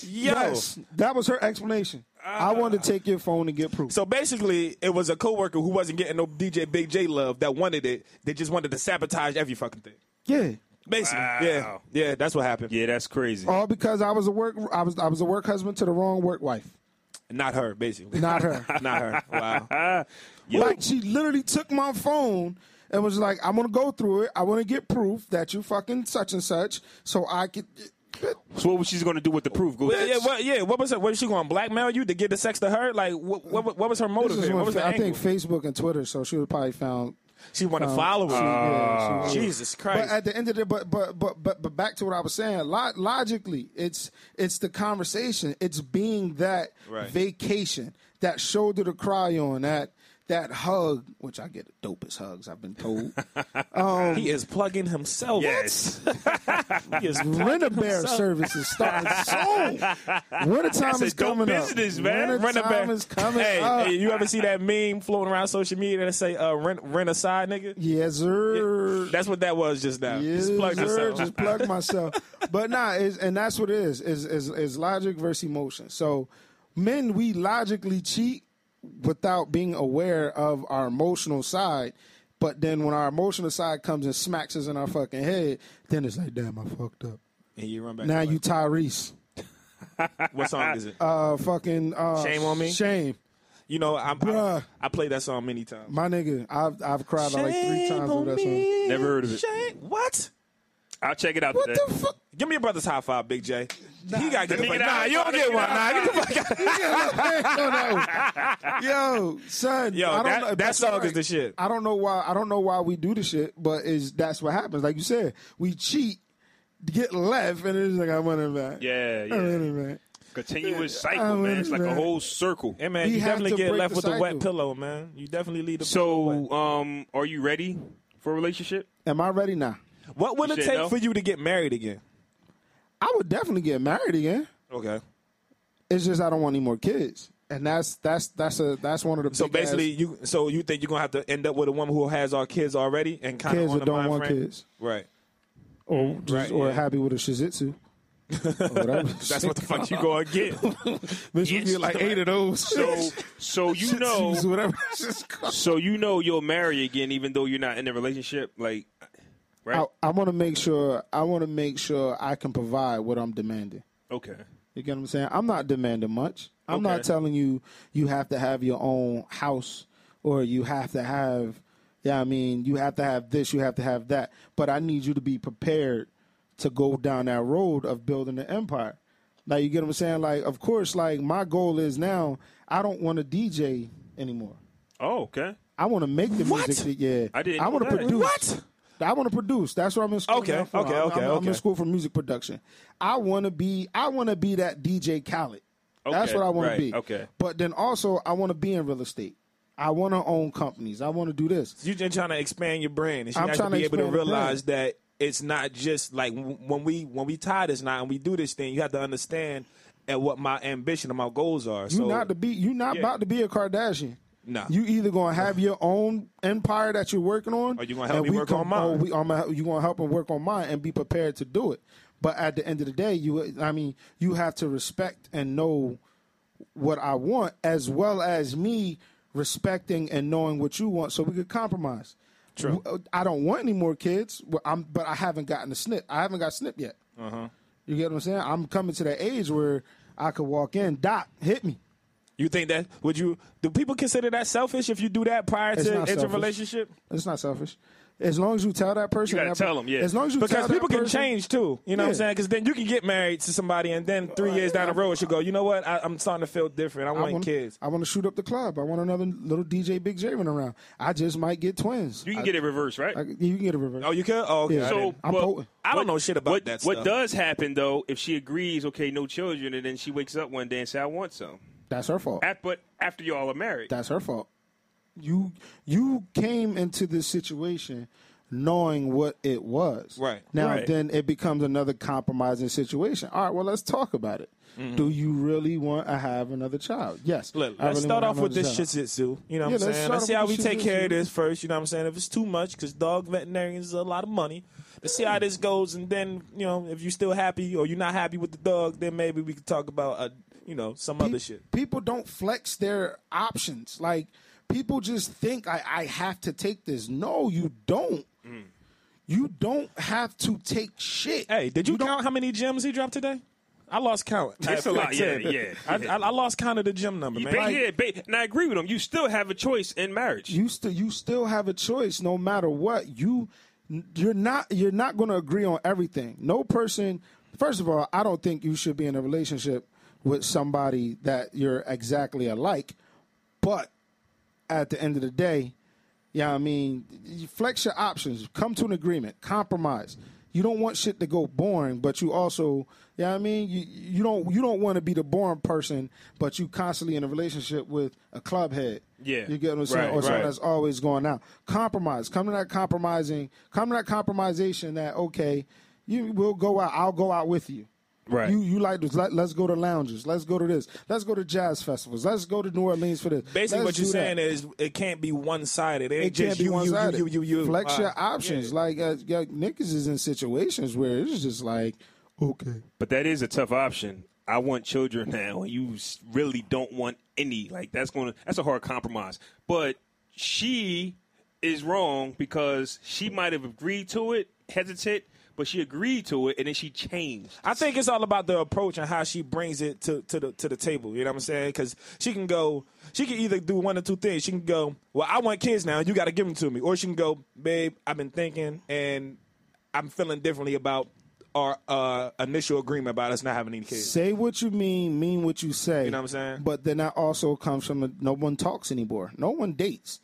Yo.
Yes, that was her explanation. I wanted to take your phone and get proof.
Uh, So basically, it was a coworker who wasn't getting no DJ Big J love that wanted it. They just wanted to sabotage every fucking thing.
yeah,
Basically,
Wow.
yeah, yeah, that's what happened.
yeah, that's crazy.
all because I was a work. I was I was a work husband to the wrong work wife.
Not her, basically.
Not her.
Not her. Wow.
Like she literally took my phone and was like, "I'm gonna go through it. I want to get proof that you fucking such and such, so I could."
So what was she's going to do with the proof? Go
Yeah, yeah, what, yeah. What was her, was she going to blackmail you to get the sex to her? Like, what, what, what was her motive?
This is
here?
when
What was her
I
angle?
think Facebook and Twitter, so she would probably found
She want to
Um,
follow
she-
Oh.
yeah,
him.
she-
Ah. Jesus Christ.
But at the end of the but but but but but back to what I was saying. Lo- logically, it's it's the conversation. It's being that
Right.
vacation, that shoulder to cry on, that that hug, which I get the dopest hugs I've been told.
he is plugging himself.
Yes.
he is
Rent a bear service is starting soon. Wintertime
a
is
dope
coming
business,
up.
man.
Wintertime
Rent-a-bear.
is coming
Hey,
up.
hey, you ever see that meme floating around social media that say uh, rent rent a side nigga?
Yes, sir.
That's what that was just now.
Yes,
just plug
sir.
yourself.
Just plug myself. But nah, it's, and that's what it is, is is is logic versus emotion. So men we logically cheat without being aware of our emotional side. But then when our emotional side comes and smacks us in our fucking head, then it's like, damn, I fucked up.
and you run back.
Now
to
you Tyrese.
like, what song is it?
Uh fucking uh
Shame on me?
Shame.
you know, I'm, I,
bruh.
I played that song many times.
My nigga, I've I've cried like three
on
times over that song.
me.
Never heard of it.
Shame- What?
I'll check it out
What
today.
the fuck?
Give me your brother's high five, Big J. he got to
Let me
get
get
Nah,
out.
you don't get one. Nah, get the fuck
Yo, son.
Yo,
I don't
that-
know,
that
that's
song is the shit.
I don't know why. I don't know why we do the shit, but is that's what happens. Like you said, we cheat, get left, and it's like I want it back.
Yeah,
I want
yeah.
it back.
Continuous
I
cycle, man. It's like a
remember.
whole circle.
Hey man,
He
you
had to
definitely get
break
left
the
with a wet
cycle.
pillow, man. You definitely leave the pillow
So, um, are you ready for a relationship?
Am I ready now?
wet. What would
you
it
said
take
no?
for you to get married again?
I would definitely get married again.
Okay.
It's just I don't want any more kids, and that's that's that's a that's one of the
So
big-ass
basically, you so you think you're gonna have to end up with a woman who has our kids already and kind of
kids
on the
that don't
mind
want
frame?
kids
Right.
or just,
Right,
or
yeah.
happy with a shizitsu.
That's what the fuck you gonna get.
Bitch, we
Yes.
get like eight of those.
So, so you know,
Shih Tzus, whatever. it's just called.
so you know you'll marry again, even though you're not in a relationship. Like,
I, I want to make sure. I want to make sure I can provide what I'm demanding.
okay,
You get what I'm saying? I'm not demanding much. I'm
Okay.
not telling you you have to have your own house or you have to have yeah, I mean, you have to have this, you have to have that. But I need you to be prepared to go down that road of building an empire. Now you get what I'm saying? Like of course, like my goal is now I don't want to DJ anymore.
oh, okay,
I want to make the music. That, yeah,
I didn't
I want
know
to
that.
produce.
What?
I want to produce. That's what I'm in school.
Okay,
now for.
okay,
I'm-
okay,
I'm, I'm
okay.
in school for music production. I want to be. I want to be that DJ Khaled. That's
Okay,
what I want
right,
to be.
okay.
But then also, I want to be in real estate. I want to own companies. I want to do this.
You just trying to expand your brand, and she
I'm
has to
trying to
be able to
expand the
realize that it's not just like w- when we when we tie this knot and we do this thing. You have to understand at what my ambition and my goals are.
You
so
not to be. You not about to be a Kardashian.
Nah.
You either gonna have your own empire that you're working on,
Or you gonna help
and
me
we
work on
gonna-
mine.
Or we, I'm gonna, you gonna help and work on mine and be prepared to do it. But at the end of the day, you. I mean, you have to respect and know what I want, as well as me respecting and knowing what you want, so we could compromise. True. I don't want any more kids, but, I'm, but I haven't gotten a snip. I haven't got snip yet.
Uh-huh.
You get what I'm saying? I'm coming to that age where I could walk in. Doc, hit me.
you think that would you? Do people consider that selfish if you do that prior
It's
to
not
enter
selfish.
relationship?
It's not selfish. As long as you tell that person,
gotta
that per-
tell 'em, yeah.
As long as you
Because
tell that
people can
person-
change too. You know what I'm
Yeah. Uh,
saying? Because then you can get married to somebody, and then three years down the road, you go, you know what? I, I'm starting to feel different. I
I
want
want
kids.
I want to shoot up the club. I want another little DJ Big J running around. I just might get twins.
you can
I-
get it reversed, right?
I, you can get a reverse.
Oh, you could. Oh, okay.
Yeah.
I
so,
didn't-
I'm
but
potent.
I don't
what-
know shit about
what,
that
What
stuff.
does happen though, if she agrees, okay, no children, and then she wakes up one day and say, "I want some,"
That's her fault.
At- but after y'all are married,
That's her fault. You you came into this situation knowing what it was.
Right.
Now
Right.
then it becomes another compromising situation. All right, well let's talk about it. Do you really want to have another child? Yes.
Mm-hmm. Look,
I
let's
really
start
wanna
off
have
with
another
this shih
child.
tzu. You know what
Yeah,
I'm
let's
saying?
start
Let's
off
see how
with
we
the
take
shih
care of
tzu.
this first. You know what I'm saying? If it's too much, because dog veterinarians is a lot of money. Let's see how this goes, and then you know if you're still happy or you're not happy with the dog, then maybe we could talk about uh, you know some
Pe-
other shit.
People don't flex their options. Like people just think I, I have to take this. No, you don't.
Mm.
You don't have to take shit.
Hey, did you,
don't-
count how many gems he dropped today? I lost count.
It's
I-
a lot, yeah,
10.
yeah.
I, I, I lost count of the gem number,
you
man.
ba-
Like,
yeah, ba- and I agree with him. You still have a choice in marriage.
you still you still have a choice no matter what you you're not you're not going to agree on everything no person first of all i don't think you should be in a relationship with somebody that you're exactly alike but at the end of the day Yeah, I mean, you flex your options. Come to an agreement. Compromise. You don't want shit to go boring, but you also, yeah, I mean, you, you don't you don't want to be the boring person, but you constantly in a relationship with a club head.
Yeah.
you get what I'm saying,
Right,
or someone
right.
that's always going out. Compromise. Come to that compromising. Come to that compromisation. That okay, you will go out. I'll go out with you.
Right.
You you like this. Let, us go to lounges. Let's go to this. Let's go to jazz festivals. Let's go to New Orleans for this.
Basically, what
Let's
you're
do
saying
that
is it can't be one sided. It ain't
it can't
just
be
you,
one
you,
sided.
you, you, you, you.
Flex
Uh,
your options. Like uh, yeah, niggas is in situations where it's just like, okay,
But that is a tough option. I want children now, and you s- really don't want any. Like that's going to that's a hard compromise. But she is wrong because she might have agreed to it, hesitant, but she agreed to it, and then she changed.
I think it's all about the approach and how she brings it to, to the to the table. You know what I'm saying? Because she can go, she can either do one or two things. She can go, well, I want kids now. You got to give them to me, or she can go, babe, I've been thinking and I'm feeling differently about our uh, initial agreement about us not having any kids.
say what you mean, mean what you say. You
know what I'm saying?
But then that also comes from a, no one talks anymore. No one dates.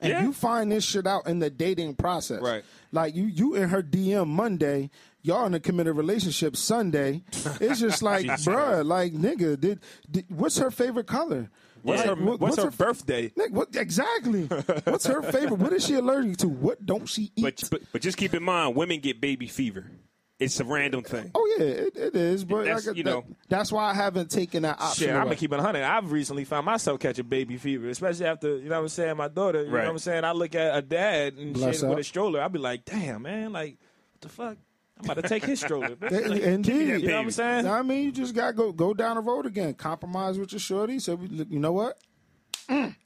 And
Yeah.
you find this shit out in the dating process.
Right.
Like you you in her DM Monday, y'all in a committed relationship Sunday. It's just like, bruh, like nigga, did, did what's her favorite color?
What's
Like,
her
what-
What's her
fa-
birthday?
Nick, what exactly? What's her favorite? What is she allergic to? What don't she eat?
But but, but just keep in mind, women get baby fever. It's a random thing.
oh yeah, it, it is. But
That's-
like,
you
that-
know.
that's why I haven't taken that option.
Shit,
away.
I'm gonna keep it 100. I've recently found myself catching baby fever, especially after you know what I'm saying. My daughter, you
Right.
know what I'm saying. I look at a dad and
Bless
shit with
up.
a stroller. I'd be like, damn man, like what the fuck? I'm about to take his stroller. bitch.
That-
Like,
indeed.
you know what I'm saying?
I mean, you just gotta go go down the road again. Compromise with your shorty. So we, look, you know what?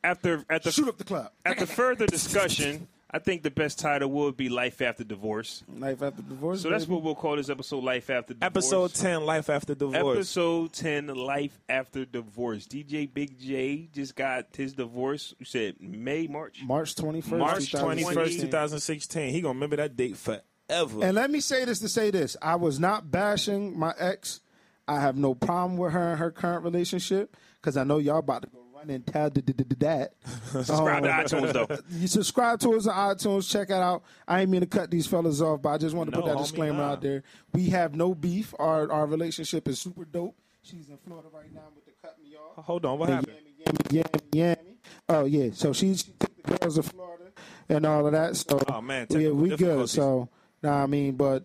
After after
Shoot up the club.
after further discussion, I think the best title would be "Life After Divorce."
Life after divorce.
So that's
baby.
what we'll call this episode "Life After Divorce."
Episode 10, Life After Divorce.
Episode 10, Life After Divorce. DJ Big J just got his divorce. You said May, March?
March twenty first.
March
2016.
21st, 2016. He gonna remember that date forever.
And let me say this to say this. I was not bashing my ex. I have no problem with her and her current relationship because I know y'all about to go run and tell d- d- d- d- that.
Subscribe to
Um,
iTunes, though.
You subscribe to us on iTunes. Check it out. I ain't mean to cut these fellas off, but I just wanted to put
No,
that
homie,
disclaimer
nah.
out there. We have no beef. Our our relationship is super dope. She's in Florida right now with the cut me off.
Hold on, what happened?
Yammy, yammy, yammy. Oh yeah. So she, she took the girls to Florida and all of that. So
Oh, man,
yeah,
technical
we good.
difficulties.
So nah, I mean, but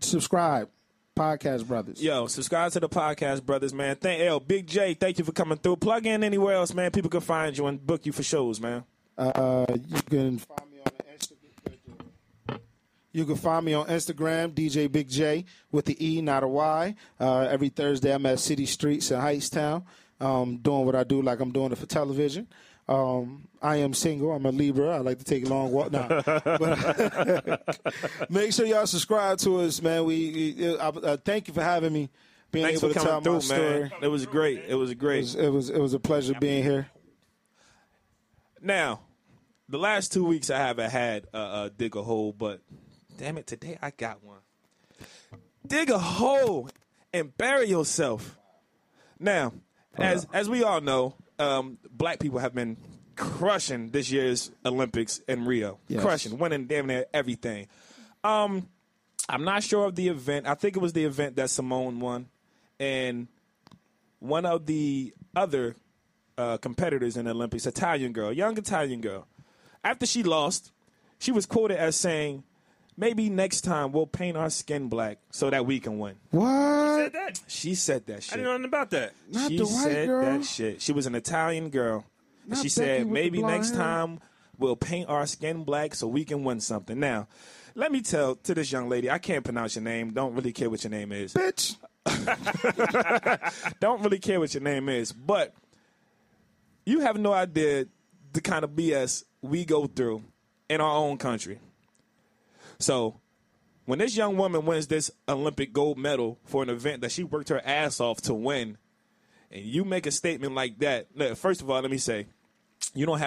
subscribe, podcast brothers.
Yo, subscribe to the podcast, brothers, man. Thank L, Big J, thank you for coming through. Plug in anywhere else, man. People can find you and book you for shows, man.
Uh, you can find me on Instagram. You can find me on Instagram, DJ Big J with the E, not a Y. Uh, every Thursday, I'm at City Streets in Heightstown, um, doing what I do, like I'm doing it for television. Um, I am single. I'm a Libra. I like to take long walk. Nah. But- make sure y'all subscribe to us, man. We, we uh, uh, thank you for having me, being
Thanks
able
for
to tell
coming
my
through,
story.
man. It was great. It was
It
great.
was, it was it was a pleasure being here.
Now, the last two weeks I haven't had uh, uh, dig a hole, but damn it, today I got one. Dig a hole and bury yourself. Now, as as we all know, um, black people have been crushing this year's Olympics in Rio,
Yes.
crushing, winning damn near everything. Um, I'm not sure of the event. I think it was the event that Simone won, and one of the other uh, competitors in the Olympics, Italian girl, young Italian girl. After she lost, she was quoted as saying, "Maybe next time we'll paint our skin black so that we can win."
What?
Said that?
She said that
I
shit.
didn't know nothing about that.
Not
she
the white
said
girl.
that shit. She was an Italian girl. And
Not
she
Becky
said,
with the
"Maybe
blonde
next
hair."
time we'll paint our skin black so we can win something." Now, let me tell to this young lady, I can't pronounce your name. Don't really care what your name is.
Bitch.
don't really care what your name is, but you have no idea the kind of BS we go through in our own country. So, when this young woman wins this Olympic gold medal for an event that she worked her ass off to win, and you make a statement like that, look, first of all, let me say, you don't have.